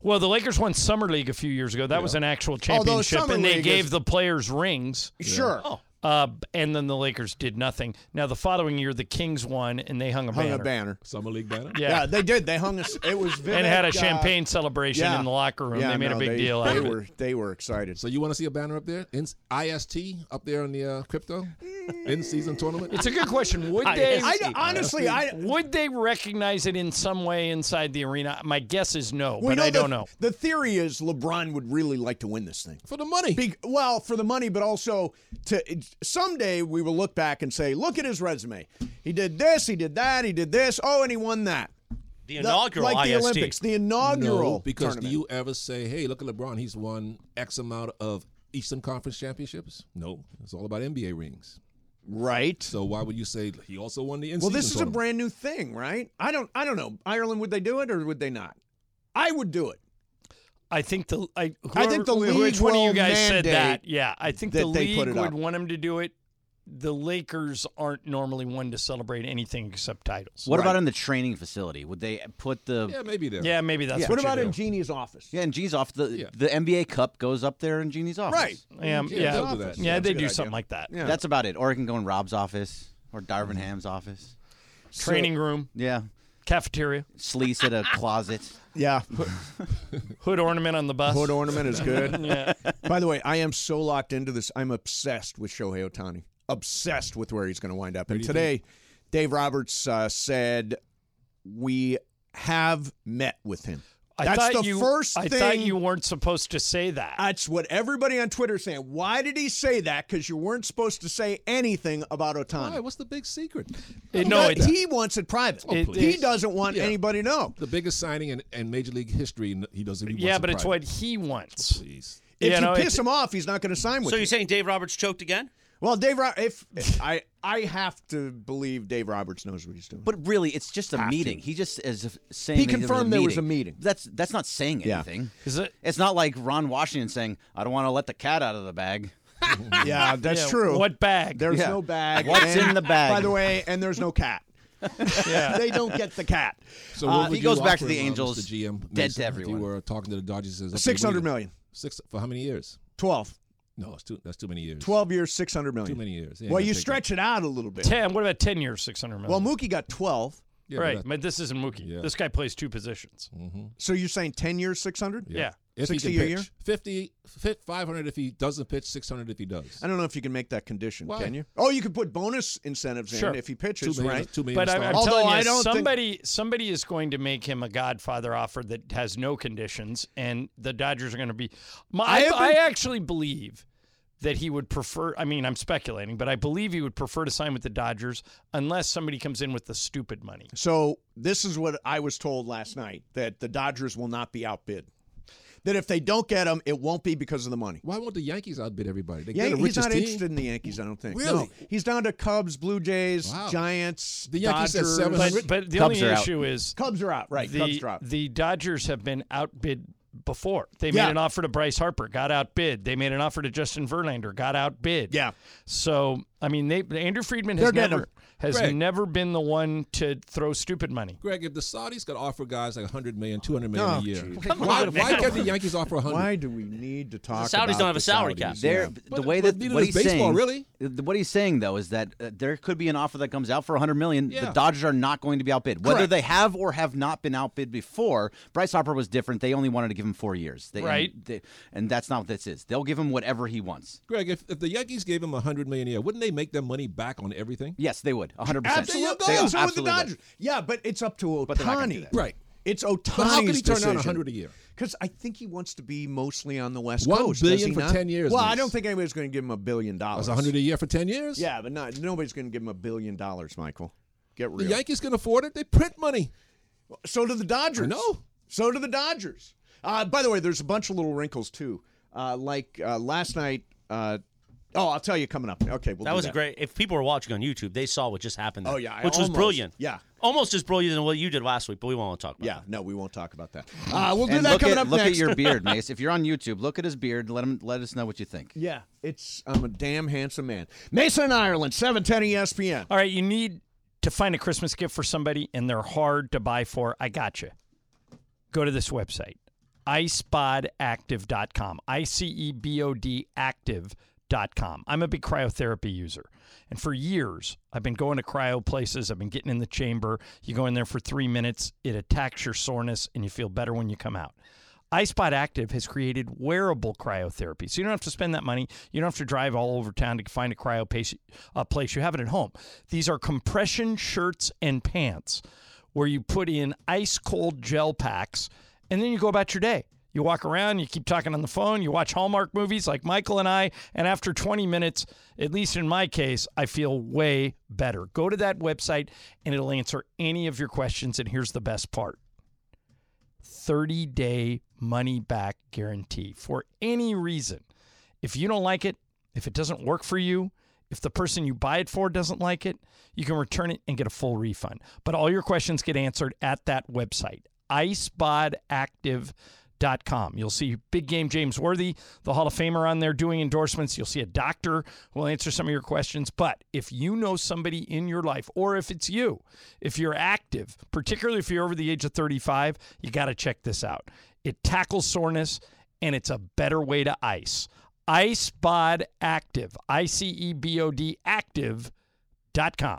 Well, the Lakers won summer league a few years ago. That was an actual
Although
championship,
Summer
and they
League
gave
is-
the players rings.
Sure.
Uh, and then the Lakers did nothing. Now the following year, the Kings won, and they hung a
Hung
banner.
a banner.
summer league banner.
Yeah.
Yeah. they did. They hung us. It was vivid,
and had a
uh,
champagne celebration
yeah.
in the locker room.
Yeah,
they made
no,
a big deal out
They
of it.
were they were excited.
So you want to see a banner up there? In, IST up there in the uh, crypto
Mm.
in season tournament.
It's a good question. Would
I-
they?
I honestly I
would they recognize it in some way inside the arena? My guess is no,
we
but
know
I
the-
don't know.
The theory is LeBron would really like to win this thing.
for the money.
Be- well, for the money, but also to someday we will look back and say, look at his resume. He did this, he did that, he did this. Oh, and he won that.
The
The-
inaugural
like the
IST.
Olympics, the
no,
inaugural
because do
tournament.
you ever say, "Hey, look at LeBron. He's won X amount of Eastern Conference championships." No, it's all about NBA rings.
right.
So why would you say he also won the?
well,
in-season
this is a
tournament?
brand new thing, right? I don't I don't know. Ireland would they do it or would they not? I would do it.
I think the I,
I think the
whoever-
league
which one of you
will
guys said
mandate
that. Yeah, I think the
that they
league
put it
would
up.
want him to do it. The Lakers aren't normally one to celebrate anything except titles.
What about in the training facility? Would they put the
Yeah, maybe there.
Yeah, maybe that's
Yeah.
what,
What about
you
in Genie's office?
Yeah, in G's off the the NBA Cup goes up there in Genie's office.
Right.
do. Yeah,
Yeah,
yeah,
they'll do that.
yeah,
That's
they
a good
do
idea.
something like that.
Yeah.
That's about it. Or it can go in Rob's office or Darvin Ham's office.
Training room,
Yeah.
cafeteria,
Sleece at a closet.
Yeah.
hood ornament on the bus.
Hood ornament is good.
Yeah.
By the way, I am so locked into this. I'm obsessed with Shohei Otani. Obsessed with where he's going to wind up. And today, Dave Roberts uh, said, We have met with him.
I
That's
thought
the
you,
first
I
thing.
thought you weren't supposed to say that.
that's what everybody on Twitter is saying. Why did he say that? Because you weren't supposed to say anything about Otani.
Why? What's the big secret?
It- no,
But
it's
he wants it private.
It-
he
it's-
doesn't want
yeah.
anybody to know.
The biggest signing in, in Major League history. and He doesn't. He
yeah,
wants
but
it
it's what
private.
he wants.
Please.
If
Yeah,
you
no,
piss
it-
him off, he's not going to sign with
So
you.
you're saying Dave Roberts choked again?
well, Dave, Ro- if I, I have to believe Dave Roberts knows what he's doing.
But really, it's just a
Ah,
meeting. He just is f- saying
He
that
confirmed there was a meeting.
That's that's not saying
Yeah.
anything.
Is it?
It's not like Ron Washington saying, "I don't want to let the cat out of the bag."
yeah, that's
Yeah,
true.
What bag?
There's
Yeah.
no bag.
What's
and-
in the bag?
By the way, and there's no cat. they don't get the cat.
So what would you
he goes back
offer
to the
him, uh,
Angels,
Mr. GM,
dead
Mason,
to
If
everyone.
you were talking to the Dodgers, says, okay,
Six hundred
we-
million.
Six for how many years?
Twelve.
No, it's too. That's too many years.
12 years, 600 million.
Too many years. Yeah,
well,
yeah,
you
take
stretch it out a little bit.
ten. What about ten years? Six hundred
Well,
million.
Mookie got 12.
Yeah, but
right,
that-
but this isn't Mookie.
Yeah.
This guy plays two positions.
So you're saying 10 years, 600?
Yeah.
If
60
he can
a year?
pitch. 50, fi- 500 if he doesn't pitch, 600 if he does.
I don't know if you can make that condition,
Why?
can you? Oh, you can put bonus incentives
Sure.
in if he
Two
pitches,
million,
right?
two million
But I'm, I'm
stars.
Although
telling you,
I don't think-
somebody somebody is going to make him a Godfather offer that has no conditions, and the Dodgers are going to be. My,
I
I,
haven't-
I actually believe that he would prefer. I mean, I'm speculating, but I believe he would prefer to sign with the Dodgers unless somebody comes in with the stupid money.
So this is what I was told last night that the Dodgers will not be outbid. That if they don't get him, it won't be because of the money.
Why won't the Yankees outbid everybody? They
Yeah,
get
he's
the richest
not
team.
interested in the Yankees, I don't think. No.
Really?
He's down to Cubs, Blue Jays,
Wow.
Giants,
The Yankees said
Dodgers.
700.
But but the
Cubs
only
are out.
issue is
Cubs are out, right? Cubs
the
drop.
the Dodgers have been outbid before. They
Yeah.
made an offer to Bryce Harper, got outbid. They made an offer to Justin Verlander, got outbid.
Yeah.
So I mean, they Andrew Friedman
They're
has
getting
never
him.
has
Greg.
never been the one to throw stupid money.
Greg, if the Saudis could offer guys like 100 million, 200 million
Oh,
a year,
geez.
why, why can't the Yankees offer 100?
Why do we need to talk
Saudis
about
don't have
the
a salary cap.
Saudis?
There,
Yeah.
the
But-
way
but
that
neither
what
does
he's
baseball,
saying,
really.
th- what he's saying though is that uh, there could be an offer that comes out for 100 million.
Yeah.
The Dodgers are not going to be outbid, whether
Correct.
they have or have not been outbid before. Bryce Harper was different; they only wanted to give him four years, They-
Right.
And, they- and that's not what this is. They'll give him whatever he wants.
Greg, if, if the Yankees gave him 100 million a year, wouldn't they make their money back on everything?
Yes, they would, 100. percent
Absolutely.
They
so would the
absolutely
Dodgers. Yeah, but it's up to
they're not gonna do
Otani.
that.
Right.
It's Otani's
But how could he turn down 100 a year?
Because I think he wants to be mostly on the West
One
Coast. does
billion
he
for
not?
10 years
Well, I
means-
don't think anybody's going to give him a billion
That's
dollars.
100 a year for 10 years?
Yeah, but not, nobody's going to give him a billion dollars, Michael. Get
The
real.
Yankees can afford it. They print money.
so do the Dodgers.
No.
So do the Dodgers. Uh, by the way, there's a bunch of little wrinkles too. Uh, like uh, last night, uh, Oh, I'll tell you coming up. Okay, we'll
That
do
was a great. If people were watching on YouTube, they saw what just happened. There,
Oh, yeah, I
which
almost-
was brilliant.
yeah.
almost as brilliant than what you did last week. But we won't talk about.
Yeah, no, we won't talk about that. Uh, we'll do
and
that
look
coming
at
up
look
next.
at your beard, Mace. If you're on YouTube, look at his beard. and Let him let us know what you think.
yeah, it's I'm a damn handsome man. Mason Ireland, E 710 ESPN.
All right, you need to find a Christmas gift for somebody and they're hard to buy for. I gotcha. Go to this website, icepodactive.com. I C E B O D active.com. I'm a big cryotherapy user. And for years, I've been going to cryo places. I've been getting in the chamber. You go in there for three minutes, it attacks your soreness, and you feel better when you come out. iSpot Active has created wearable cryotherapy. So you don't have to spend that money. You don't have to drive all over town to find a cryo pace, uh, place. You have it at home. These are compression shirts and pants where you put in ice cold gel packs and then you go about your day. You walk around, you keep talking on the phone, you watch Hallmark movies like Michael and I, and after 20 minutes, at least in my case, I feel way better. Go to that website and it'll answer any of your questions. And here's the best part 30 day money back guarantee for any reason. If you don't like it, if it doesn't work for you, if the person you buy it for doesn't like it, you can return it and get a full refund. But all your questions get answered at that website, icebodactive.com. You'll see big game James Worthy, the Hall of Famer, on there doing endorsements. You'll see a doctor who will answer some of your questions. But if you know somebody in your life, or if it's you, if you're active, particularly if you're over the age of 35, you got to check this out. It tackles soreness and it's a better way to ice. IceBod Active, I C E B O D active.com.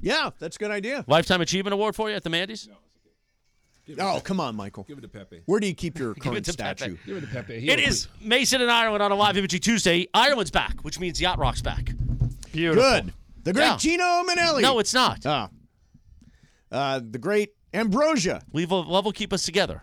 Yeah, that's a good idea.
Lifetime Achievement Award for you at the Mandy's.
Oh, come on, Michael.
Give it to Pepe.
Where do you keep your
Give it
current
to Pepe.
statue?
Give it to Pepe. He
It
will
is Mason and Ireland on a live imagery Tuesday. Ireland's back, which means Yacht Rock's back.
Beautiful.
Good. The great
Yeah.
Gino Minelli.
No, it's not.
Ah. Uh, the great Ambrosia,
We will, love will keep us together.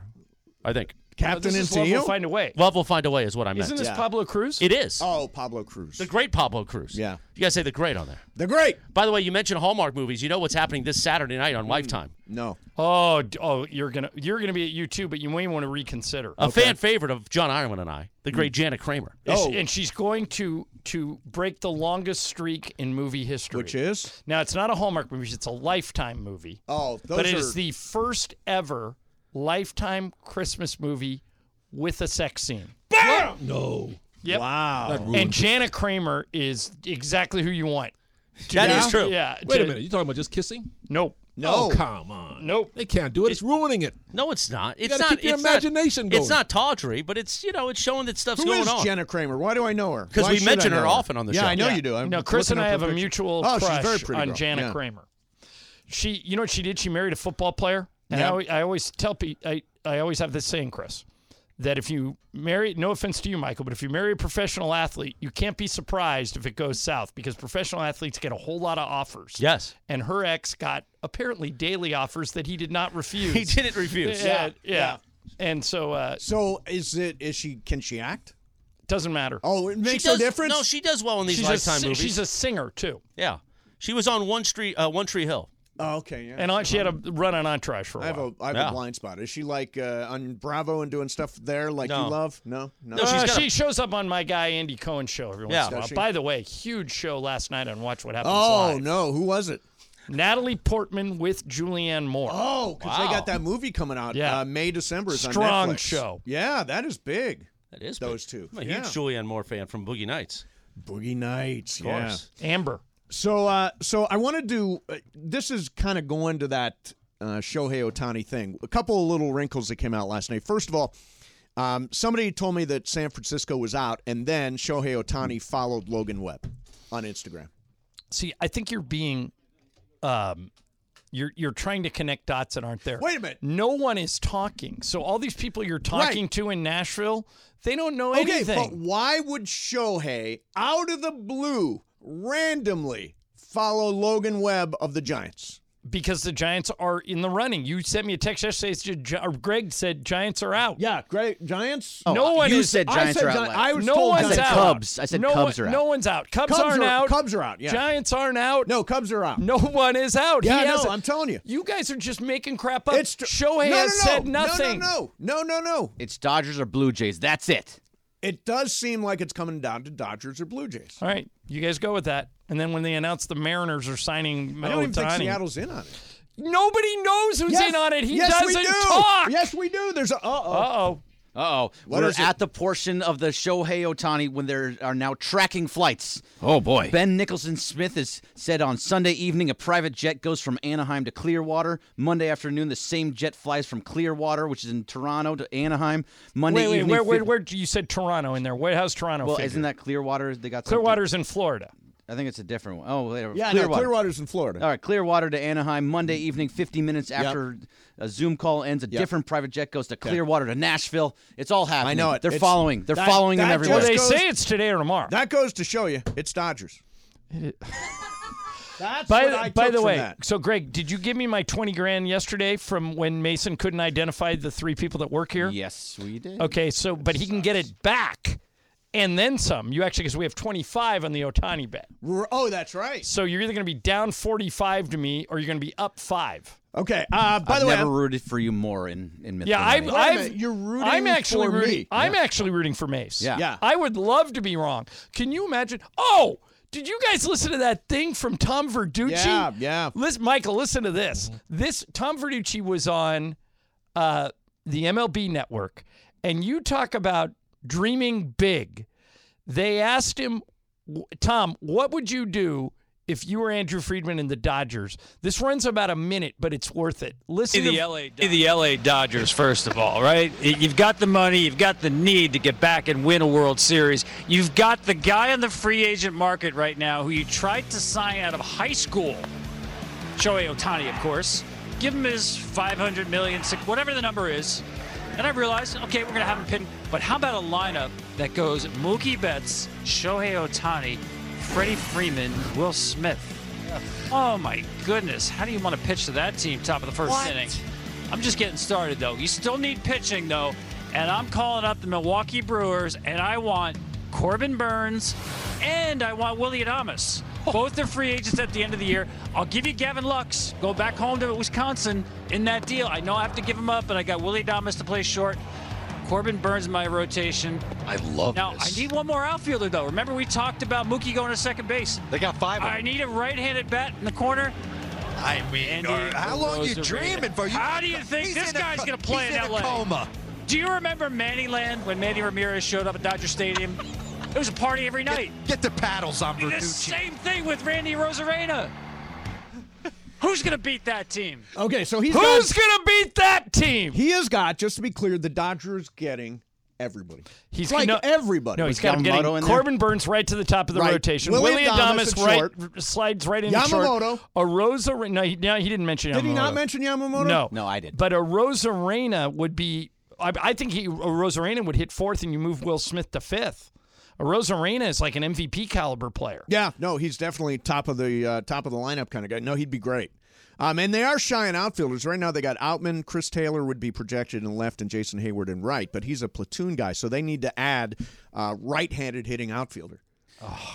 I think
Captain
This is love
Encino.
will find a way.
love will find a way is what I meant.
Isn't this
Yeah.
Pablo Cruz?
it is
oh, Pablo Cruz.
the great Pablo Cruz.
Yeah.
you gotta say the great on there.
the great.
By the way, you mentioned Hallmark movies. You know what's happening this Saturday night on Lifetime?
No.
oh, d- oh, you're gonna you're gonna be at you too, but you may want to reconsider.
A fan favorite of John Ireland and I, the great Janet Kramer.
Oh,
And she- and she's going to to break the longest streak in movie history.
Which is?
now it's not a Hallmark movie; it's a Lifetime movie.
Oh, those
but it
are
is the first ever Lifetime Christmas movie with a sex scene.
No.
Yep.
wow.
And Jana Kramer is exactly who you want.
That is true.
Yeah.
Wait a
to-
minute. You talking about just kissing?
Nope.
no.
Oh, come on.
Nope.
They can't do it. It's ruining it.
No, it's not. It's
gotta
not.
keep your
it's not-
imagination going.
It's not tawdry, but it's you know it's showing that stuff's
Who
going
is
on.
Jenna Kramer? Why do I know her?
'Cause
Why
we
should
mention
I know
her often on the
Yeah,
show.
I know
Yeah.
you do. I'm
no, Chris and
looking up
I
her
have a
picture.
mutual
Oh,
crush
she's a very pretty
on
girl.
Jana
Yeah.
Kramer. She, you know what she did? She married a football player. And
Yeah.
I, always, I always tell people, I, I always have this saying, Chris, that if you marry, no offense to you, Michael, but if you marry a professional athlete, you can't be surprised if it goes south because professional athletes get a whole lot of offers.
Yes,
And her ex got apparently daily offers that he did not refuse.
he didn't refuse.
Yeah, yeah. And so uh,
So is it? Is she? Can she act?
doesn't matter.
Oh, it
She
makes
does,
no difference.
No, she does well in these
she's a,
lifetime
si-
movies.
she's a singer too,
yeah, she was on One Tree uh, One Tree Hill.
Oh, okay. Yeah.
and on, she had a run on Entourage for a
I have
while.
a I have
Yeah.
a blind spot. Is she like uh, on Bravo and doing stuff there like
No.
you love? No, no.
No, she's
Uh,
got a-
she shows up on my guy Andy Cohen's show every once in
Yeah.
a
Does
while.
she?
By the way, huge show last night on Watch What Happens
oh
Live.
no, who was it?
Natalie Portman with Julianne Moore.
Oh, because they got that movie coming out.
Yeah.
uh, May December is on
Strong
Netflix.
show.
Yeah, that is big.
That is
those two.
I'm a
Yeah.
huge Julianne Moore fan from Boogie Nights.
Boogie Nights,
Of course.
yeah.
Amber.
So, uh, so I want to do. Uh, this is kind of going to that uh, Shohei Otani thing. A couple of little wrinkles that came out last night. First of all, um, somebody told me that San Francisco was out, and then Shohei Otani followed Logan Webb on Instagram.
See, I think you're being, um, you're you're trying to connect dots that aren't there. Wait a minute. No one is talking. So all these people you're talking to in Nashville, they don't know
Okay,
anything.
but why would Shohei, out of the blue, randomly follow Logan Webb of the Giants?
because the Giants are in the running. You sent me a text yesterday. It's just, Gi- or Greg said Giants are out.
Yeah, Greg, Giants.
No
Oh,
one
you
is.
said
I
Giants
said
are out
Gi-
last.
I was
No
told
one's
Giants
out.
out.
Cubs. I said
no
Cubs are out.
No one's out. Cubs,
Cubs
aren't
are-
out.
Cubs are out, yeah.
Giants aren't out.
No, Cubs are out.
No one is out.
Yeah,
He
no,
has a-
I'm telling you.
You guys are just making crap up.
It's
It's
tr-
Shohei
No, no,
has
no.
said
No, no,
nothing.
no, no, no, no.
It's Dodgers or Blue Jays. That's it.
It does seem like it's coming down to Dodgers or Blue Jays.
All right, you guys go with that. And then when they announce the Mariners are signing
I don't even think
Ohtani-
Seattle's in on it.
nobody knows who's
Yes.
in on it. He
Yes, we
doesn't
do.
talk.
Yes, we do. There's a uh
Uh
oh.
oh.
Uh oh.
What
We're
is it?
at the portion of the Shohei Otani when there are now tracking flights. Oh, boy. Ben Nicholson Smith is said on Sunday evening a private jet goes from Anaheim to Clearwater. Monday afternoon, the same jet flies from Clearwater, which is in Toronto, to Anaheim. Monday
Wait, wait,
evening.
where, where,
fi-
where, you said Toronto in there. Where, how's Toronto
well,
figure?
isn't that Clearwater? They got something-
Clearwater's in Florida.
I think it's a different one. Oh, whatever.
Yeah, no,
Clearwater.
Clearwater's in Florida.
Uh,
All right, Clearwater to Anaheim Monday
Mm.
evening, 50 minutes after a Zoom call ends. A different private jet goes to Clearwater to Nashville. It's all happening.
I know it.
They're
It's-
following. They're
that-
following them
that
everywhere.
just
They
goes-
say it's today or tomorrow.
That goes to show you it's Dodgers. That's
by
what I
by
took
the
from
way,
that.
so Greg, did you give me my twenty grand yesterday from when Mason couldn't identify the three people that work here?
yes, we did.
Okay, so but he can get it back, and then some. You actually because we have twenty five on the Otani bet,
R- Oh, that's right.
so you're either going to be down forty five to me or you're going to be up five.
Okay. Uh, by
I've
the way,
never
I'm-
rooted for you more in in
Yeah, I've,
Mythomania.
Wait a
I've
minute, you're rooting
I'm actually
for me.
rooting. I'm actually rooting for Mace.
Yeah.
Yeah.
I would love to be wrong. Can you imagine? Oh, did you guys listen to that thing from Tom Verducci?
Yeah, yeah.
Listen, Michael, listen to this. This Tom Verducci was on uh, the MLB Network, and you talk about dreaming big. They asked him, "W- Tom, what would you do? If you were Andrew Friedman in the Dodgers, this runs about a minute, but it's worth it. Listen to
the LA Dodgers first of all, right? You've got the money, you've got the need to get back and win a World Series. You've got the guy on the free agent market right now who you tried to sign out of high school, Shohei Otani, of course. Give him his 500 million, six- whatever the number is. And I realized, okay, we're gonna have him pinned, but how about a lineup that goes Mookie Betts, Shohei Otani, Freddie Freeman, Will Smith. Oh my goodness! How do you want to pitch to that team top of the first inning? I'm just getting started though. You still need pitching though, and I'm calling up the Milwaukee Brewers, and I want Corbin Burns, and I want Willie Adamas. Both are free agents at the end of the year. I'll give you Gavin Lux. Go back home to Wisconsin in that deal. I know I have to give him up, but I got Willie Adamas to play short. Corbin Burns in my rotation.
I love
Now
this.
I need one more outfielder though. Remember we talked about Mookie going to second base.
They got five. Of
I
them.
need a right-handed bat in the corner.
I mean,
Andy
uh, how long you
Rosarena.
dreaming for? You,
How do you think
He's
this
in a
guy's
co-
gonna play
he's
in
a
LA?
coma.
Do you remember Manny Land when Manny Ramirez showed up at Dodger Stadium? It was a party every night.
Get the paddles on
The
Verducci.
same thing with Randy Rosarena. Who's gonna beat that team?
okay, so he's
Who's
got,
gonna beat that team?
he has got just to be clear, the Dodgers getting everybody.
He's
like
no-
everybody.
No, he's got him
Yamamoto
getting
in there?
Corbin Burns right to the top of the
Right.
rotation.
Willie
Willie
Adames
Adamas,
at
right
short.
r- slides right in
Yamamoto.
short. A Rosa. No, he, no, he didn't mention.
Did he not
Yamamoto.
mention Yamamoto?
No,
No, I did.
But a Rosarena would be. I, I think he a Rosarena would hit fourth, and you move Will Smith to fifth. A Rosarena is like an MVP caliber player.
Yeah, no, he's definitely top of the uh, top of the lineup kind of guy. No, he'd be great. Um, and they are shy on outfielders right now. They got Outman, Chris Taylor would be projected in left, and Jason Hayward in right. But he's a platoon guy, so they need to add uh, right-handed hitting outfielder.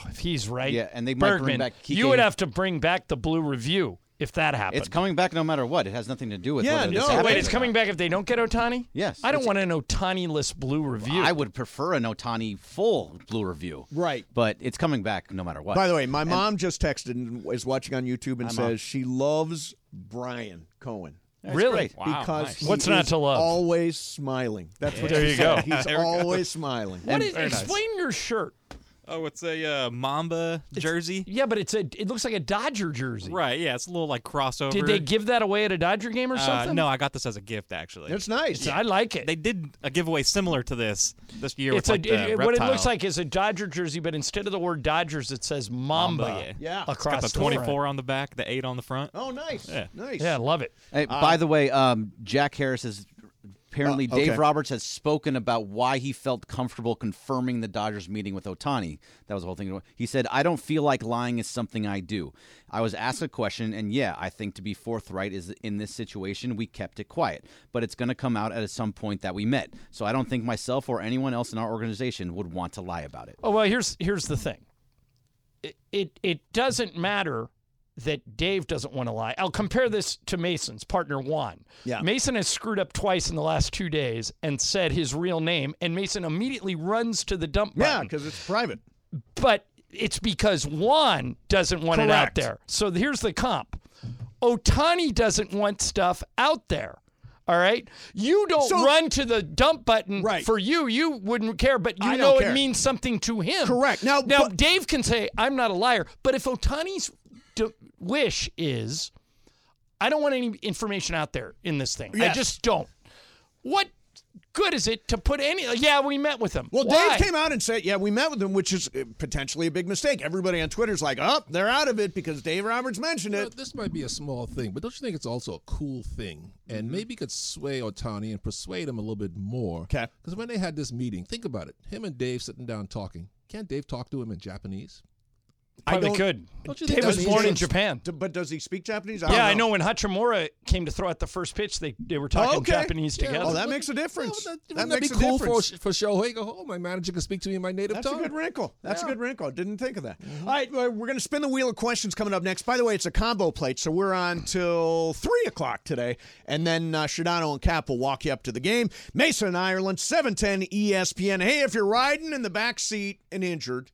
If he's right,
Yeah, and they might bring
Bergman,
back Kike.
you would have to bring back the blue review. if that happens.
It's coming back no matter what. It has nothing to do with
yeah,
whether
no.
It's happening
Wait, it's
or
coming back if they don't get Otani?
Yes,
I don't
it's-
want an Otani-less blue review.
I would prefer an Otani full blue review.
Right.
But it's coming back no matter what.
By the way, my
And-
mom just texted and is watching on YouTube and
Hi, Mom.
says she loves Brian Cohen.
That's Really? great. Wow,
Because
nice.
he
What's not
is
to love?
Always smiling. That's what
There
she
you
said.
go.
He's
There we go.
always smiling.
What is- Very nice.
Explain your shirt.
Oh, it's a uh, Mamba jersey.
yeah, but it's a. It looks like a Dodger jersey.
Right. Yeah, it's a little like crossover.
Did they give that away at a Dodger game or
Uh,
something?
no, I got this as a gift actually.
That's
nice.
I like it.
They did a giveaway similar to this this year.
It's
with, like,
a,
the
it- it- what it
reptile.
looks like is a Dodger jersey, but instead of the word Dodgers, it says Mamba.
Mamba, yeah. It's
across
got the
front.
24 on the back, the eight on the front.
Oh, nice.
Yeah.
Nice.
Yeah, love it.
Hey, by the way, um, Jack Harris has apparently
Uh, okay.
Dave Roberts has spoken about why he felt comfortable confirming the Dodgers meeting with Otani. That was the whole thing. He said, "I don't feel like lying is something I do. I was asked a question, and yeah, I think to be forthright is in this situation we kept it quiet, but it's going to come out at some point that we met. So I don't think myself or anyone else in our organization would want to lie about it."
Oh well, here's here's the thing. It it, it doesn't matter that Dave doesn't want to lie. I'll compare this to Mason's partner Juan.
Yeah.
Mason has screwed up twice in the last two days and said his real name, and Mason immediately runs to the dump button.
Yeah, because it's private.
but it's because Juan doesn't want it out
Correct.
there. So here's the comp. Otani doesn't want stuff out there. All right. You don't
So-
run to the dump button right. for you. You wouldn't care, but you
I don't
know it
care.
means something to him.
Correct. Now-
now
but-
Dave can say, I'm not a liar. But if Otani's d- wish is, I don't want any information out there in this thing, I
Yes.
just don't. What good is it to put any? Yeah, we met with him.
Well,
Why?
Dave came out and said, "Yeah, we met with them," which is uh, potentially a big mistake. Everybody on Twitter's like, "Oh, they're out of it because Dave Roberts mentioned it."
This might be a small thing, but don't you think it's also a cool thing?
Mm-hmm.
And maybe you could sway Otani and persuade him a little bit more. Okay. Because when they had this meeting, think about it. Him and Dave sitting down talking. Can't Dave talk to him in Japanese?
Probably
don't-
could.
Don't you
Dave
think that
was
means
born in
it's-
Japan.
D- But does he speak Japanese? I
yeah,
don't Oh,
I know when Hachimura came to throw out the first pitch, they, they were talking
Okay.
Japanese
Yeah,
together.
well, that makes a difference.
Wouldn't
That
that
makes
be
a
cool for,
difference.
for Shohei? Go, oh, my manager can speak to me in my native
That's a
tongue.
good wrinkle. That's
Yeah.
a good wrinkle. Didn't think of that. All right, well, we're going to spin the wheel of questions coming up next. By the way, it's a combo plate, so we're on till three o'clock today, and then uh, Shadano and Cap will walk you up to the game. Mesa in Ireland, seven ten E ESPN. Hey, if you're riding in the back seat and injured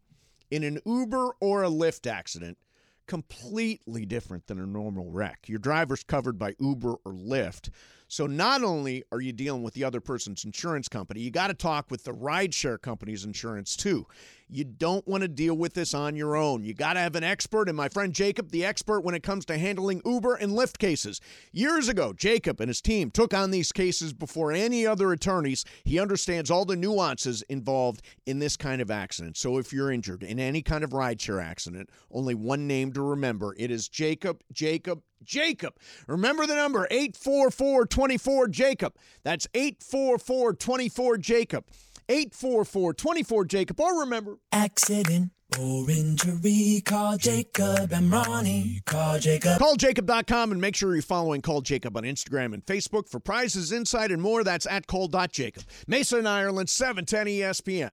in an Uber or a Lyft accident, completely different than a normal wreck. Your driver's covered by Uber or Lyft. So not only are you dealing with the other person's insurance company, you got to talk with the rideshare company's insurance too. You don't want to deal with this on your own. You got to have an expert, and my friend Jacob, the expert when it comes to handling Uber and Lyft cases. Years ago, Jacob and his team took on these cases before any other attorneys. He understands all the nuances involved in this kind of accident. So if you're injured in any kind of rideshare accident, only one name to remember. It is Jacob, Jacob, Jacob. Remember the number 844 Jacob. That's 844 Jacob. 844 Jacob. Or remember,
Accident or injury, call Jacob and Ronnie. Call Jacob.
Call Jacob.com and make sure you're following Call Jacob on Instagram and Facebook for prizes, insight, and more. That's at call.jacob. Mesa in Ireland, E 710 ESPN.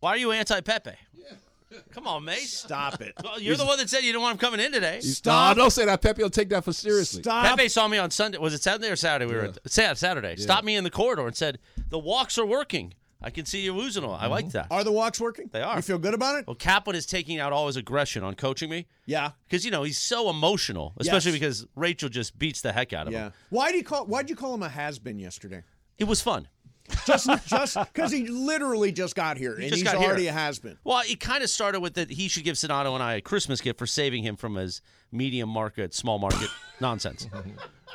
Why are you anti Pepe? Come on, mate. Stop
it.
Well, you're the one that said you didn't want him coming in today.
Stop. don't say that. Pepe will take that for seriously.
Pepe saw me on Sunday. Was it Sunday or Saturday? We were at Sa- Saturday. Stopped me in the corridor and said, "The walks are working. I can see you losing a lot. I like that.
Are the walks working?
They are. Oh,
You feel good about it?
Well, Kaplan is taking out all his aggression on coaching me.
Yeah,
because you know he's so emotional, especially
Yes.
because Rachel just beats the heck out of him.
Why do you call? Why'd you call him a has been yesterday?
It was fun.
Just, just because he literally just got here and
just
he's
got here.
already a has been.
Well, it kind of started with that he should give Sonato and I a Christmas gift for saving him from his medium market, small market nonsense.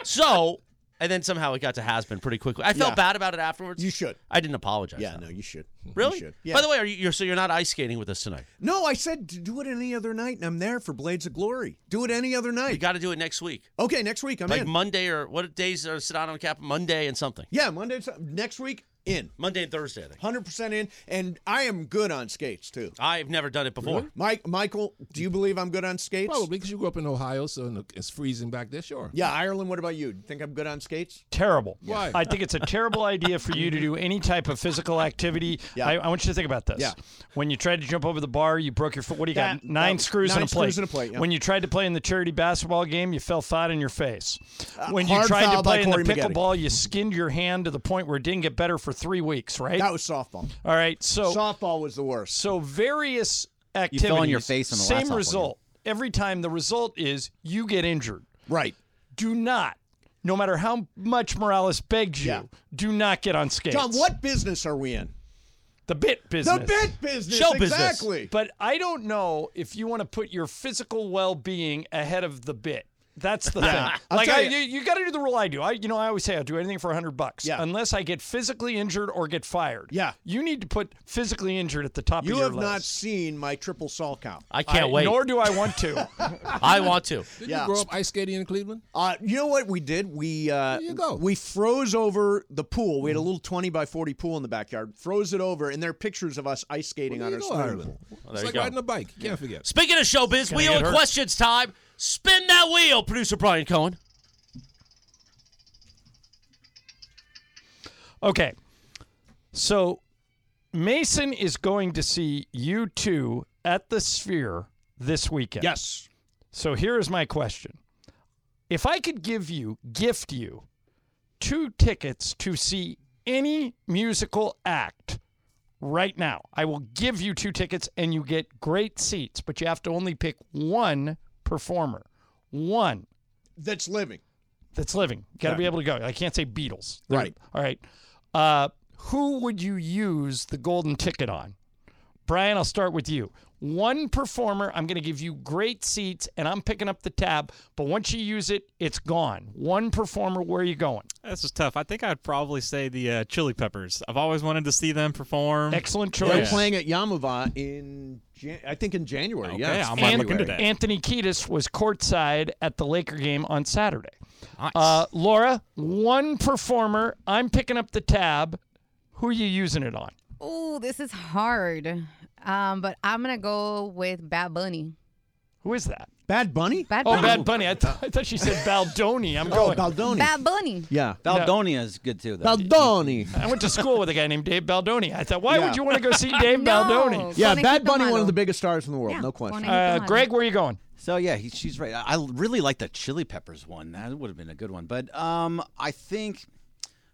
So, and then somehow it got to has been pretty quickly. I felt
Yeah.
bad about it afterwards.
You should.
I didn't apologize.
Yeah,
though.
no, you should.
Really?
You should. Yeah.
By the way, are you you're, so you're not ice skating with us tonight?
no, I said to do it any other night, and I'm there for Blades of Glory. Do it any other night.
We got to do it next week,
okay, next week I'm
like
in.
Monday or what days are Sonato and Cap? Monday and something.
yeah, Monday. so- Next week in.
Monday and Thursday, I think.
Hundred percent in, and I am good on skates too.
I've never done it before.
Mike, Michael, do you believe I'm good on skates?
Probably because you grew up in Ohio, so in the- it's freezing back there. Sure.
Yeah, Ireland. What about you? Think I'm good on skates?
Terrible.
Why?
I think it's a terrible idea for you to do any type of physical activity.
Yeah.
I, I want you to think about this.
Yeah.
When you tried to jump over the bar, you broke your foot. What do you
That-
got? Nine
that-
screws in
nine
a plate.
screws in a plate, yeah.
When you tried to play in the charity basketball game, you fell flat on your face. When you
Uh, hard
tried to
foul by
play in the
Corey Maggette.
pickleball, you skinned your hand to the point where it didn't get better for three weeks, right?
That was softball.
All right. So
softball was the worst.
So various
You
activities.
fell on your face in the last
same
softball game.
result. Every time the result is you get injured.
Right.
Do not, no matter how much Morales begs you, do not get on skates.
John, what business are we in?
The bit business.
The bit business. exactly.
But I don't know if you want to put your physical well-being ahead of the bit. That's the thing.
Yeah. I'll
like
tell
I,
you-
you, got to do the rule I do. I, you know, I always say I'll do anything for hundred bucks,
Yeah.
unless I get physically injured or get fired. Yeah, you need to put physically injured at the top
You
of your
have
list.
not seen my triple saw count.
I can't wait.
Nor do I want to.
I want to.
Did you grow up ice skating in Cleveland?
Uh, you know what we did? We uh, we froze over the pool. We had a little twenty by forty pool in the backyard. Froze it over, and there are pictures of us ice skating on our
go,
swimming
Ireland.
pool.
there It's you like go. riding
a bike. Can't forget.
Speaking of showbiz,
Gonna
wheel
get
and
hurt.
questions time. Spin that wheel, producer Brian Cohen.
Okay. So Mason is going to see you two at the Sphere this weekend.
Yes.
So here is my question. If I could give you, gift you, two tickets to see any musical act right now, I will give you two tickets and you get great seats, but you have to only pick one performer. One
That's living.
that's living. Got to
Yeah.
be able to go. I can't say Beatles.
Right.
All right. Uh, who would you use the golden ticket on? Brian, I'll start with you. One performer, I'm going to give you great seats and I'm picking up the tab, but once you use it, it's gone. One performer, where are you going?
This is tough. I think I'd probably say the uh, Chili Peppers. I've always wanted to see them perform.
Excellent
They're playing at Yamava in, Jan- I think in January.
Okay,
yeah,
I might look into
February.
that.
Anthony Kiedis was courtside at the Laker game on Saturday. Uh, Laura, one performer, I'm picking up the tab. Who are you using it on?
Oh, this is hard. Um, but I'm gonna go with Bad Bunny.
Who is that?
Bad Bunny?
Bad
oh,
Bunny.
Bad Bunny. I, th- I thought she said Baldoni. I'm
Oh,
going.
Baldoni.
Bad Bunny.
Yeah.
Baldonia is good too, though.
Baldoni.
I went to school with a guy named Dave Baldoni. I thought, why
Yeah.
would you want to go see Dave
No,
Baldoni?
Yeah, Bad Bunny, one of the biggest stars in the world, no question.
Uh, Greg, where are you going?
So yeah, he, she's right. I, I really like the Chili Peppers one. That would have been a good one. But um, I think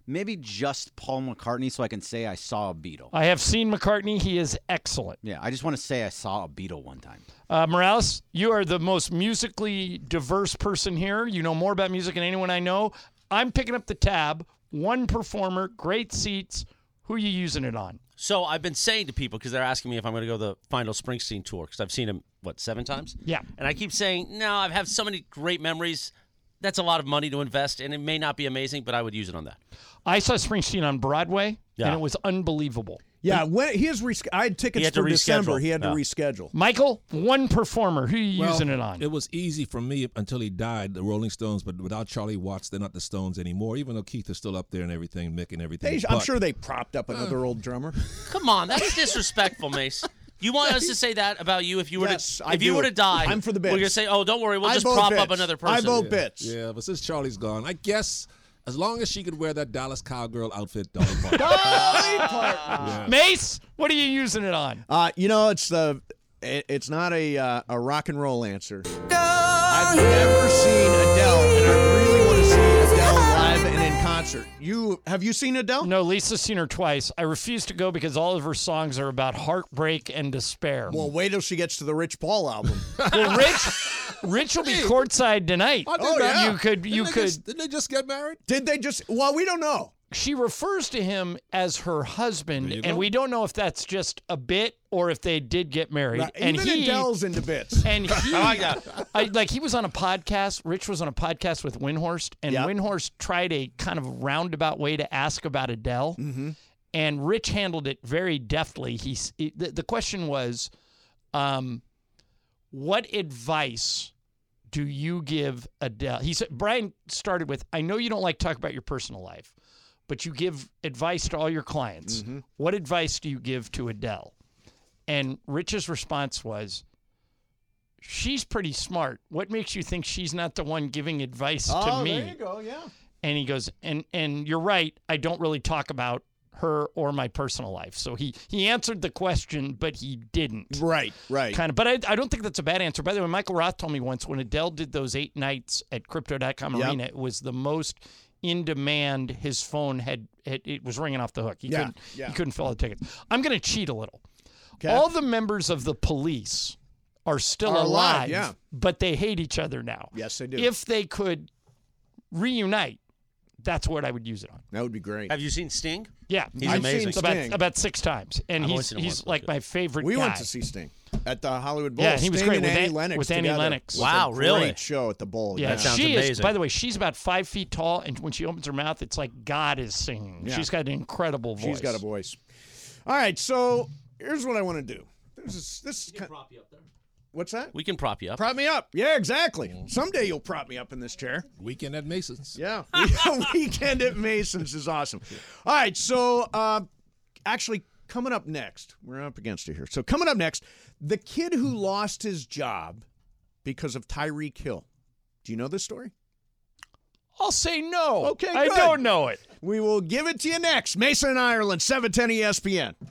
maybe just Paul McCartney, so I can say I saw a Beatle.
I have seen McCartney. He is excellent.
Yeah, I just want to say I saw a Beatle one time.
Uh, Morales, you are the most musically diverse person here. You know more about music than anyone I know. I'm picking up the tab. One performer, great seats. Who are you using it on?
So I've been saying to people because they're asking me if I'm going to go the final Springsteen tour because I've seen him what seven times.
Yeah.
and I keep saying no. I've had so many great memories. That's a lot of money to invest, and it may not be amazing, but I would use it on that.
I saw Springsteen on Broadway,
Yeah.
and it was unbelievable.
Yeah, when, he has res- I had
He
tickets
had to
for December.
reschedule.
He had
Yeah.
to reschedule.
Michael, one performer. Who are you
Well,
using it on?
It was easy for me until he died, the Rolling Stones, but without Charlie Watts, they're not the Stones anymore, even though Keith is still up there and everything, Mick and everything.
They- I'm
but-
sure they propped up another old drummer.
Come on, that's disrespectful, Mace. You want us to say that about you if you were
Yes,
to
I
if you
do.
were to die?
I'm for the
We're gonna
bits.
say, oh, don't worry, we'll
I
just
vote
prop up
bits.
another person.
yeah. Yeah, but since Charlie's gone, I guess as long as she could wear that Dallas Cowgirl outfit, Dolly Parton.
Mace, what are you using it on?
Uh, you know, it's the it, it's not a uh, a rock and roll answer.
I've
never seen Adele, and I really want to see Adele live and in concert. You have you seen Adele?
No, Lisa's seen her twice. I refuse to go because all of her songs are about heartbreak and despair.
Well, wait till she gets to the Rich Paul album.
Well, Rich, Rich will be courtside tonight.
I did Oh, that. yeah.
you could,
Didn't
you
they
could.
just-
did they just get married?
Did they just? Well, we don't know.
She refers to him as her husband,
you
and
go.
we don't know if that's just a bit or if they did get married.
Right.
And
Even
he,
Adele's into bits.
And he,
I like that.
I- like he was on a podcast. Rich was on a podcast with Windhorst, and
Yep.
Windhorst tried a kind of roundabout way to ask about Adele,
Mm-hmm.
and Rich handled it very deftly. He, s- it- the, the question was, um, what advice do you give Adele? He said Brian started with, "I know you don't like to talk about your personal life, but you give advice to all your clients.
Mm-hmm.
What advice do you give to Adele? And Rich's response was, She's pretty smart. What makes you think she's not the one giving advice
oh,
to me?
there you go. Yeah.
and he goes and and you're right i don't really talk about her or my personal life so he he answered the question but he didn't
right right
kind of but I, I don't think that's a bad answer by the way michael roth told me once when adele did those eight nights at crypto.com
Yep.
arena it was the most in demand his phone had it, it was ringing off the hook he
Yeah,
couldn't
yeah.
he couldn't fill the tickets i'm going to cheat a little all the members of the police are still
Are
alive,
alive, yeah.
but they hate each other now
Yes, they do.
if they could reunite, that's what I would use it on.
That would be great.
Have you seen Sting?
Yeah,
He's
I've
amazing.
Seen About, about six times, and
I've only
he's
seen him
he's
once,
like my favorite.
We went
guy.
to see Sting at the Hollywood Bowl.
Yeah, he was
Sting
great
and
with
Annie
An-
Lennox.
with Annie
together.
Lennox.
It was a
Wow, really?
Great show at the bowl.
Yeah, she is. By the way, she's about five feet tall, and when she opens her mouth, it's like God is singing.
Yeah.
She's got an incredible voice.
She's got a voice. All right, so here's what I want to do. There's this. this is kind- What's that?
We can prop you up.
Prop me up. Yeah, exactly. Someday you'll prop me up in this chair. Weekend at Mason's. Yeah. Weekend at Mason's is awesome. All right. So, uh, actually, coming up next, we're up against it here. So, coming up next, the kid who lost his job because of Tyreek Hill. Do you know this story?
I'll say no.
Okay.
I
good.
don't know it.
E We will give it to you next. Mason, Ireland, 710 ESPN.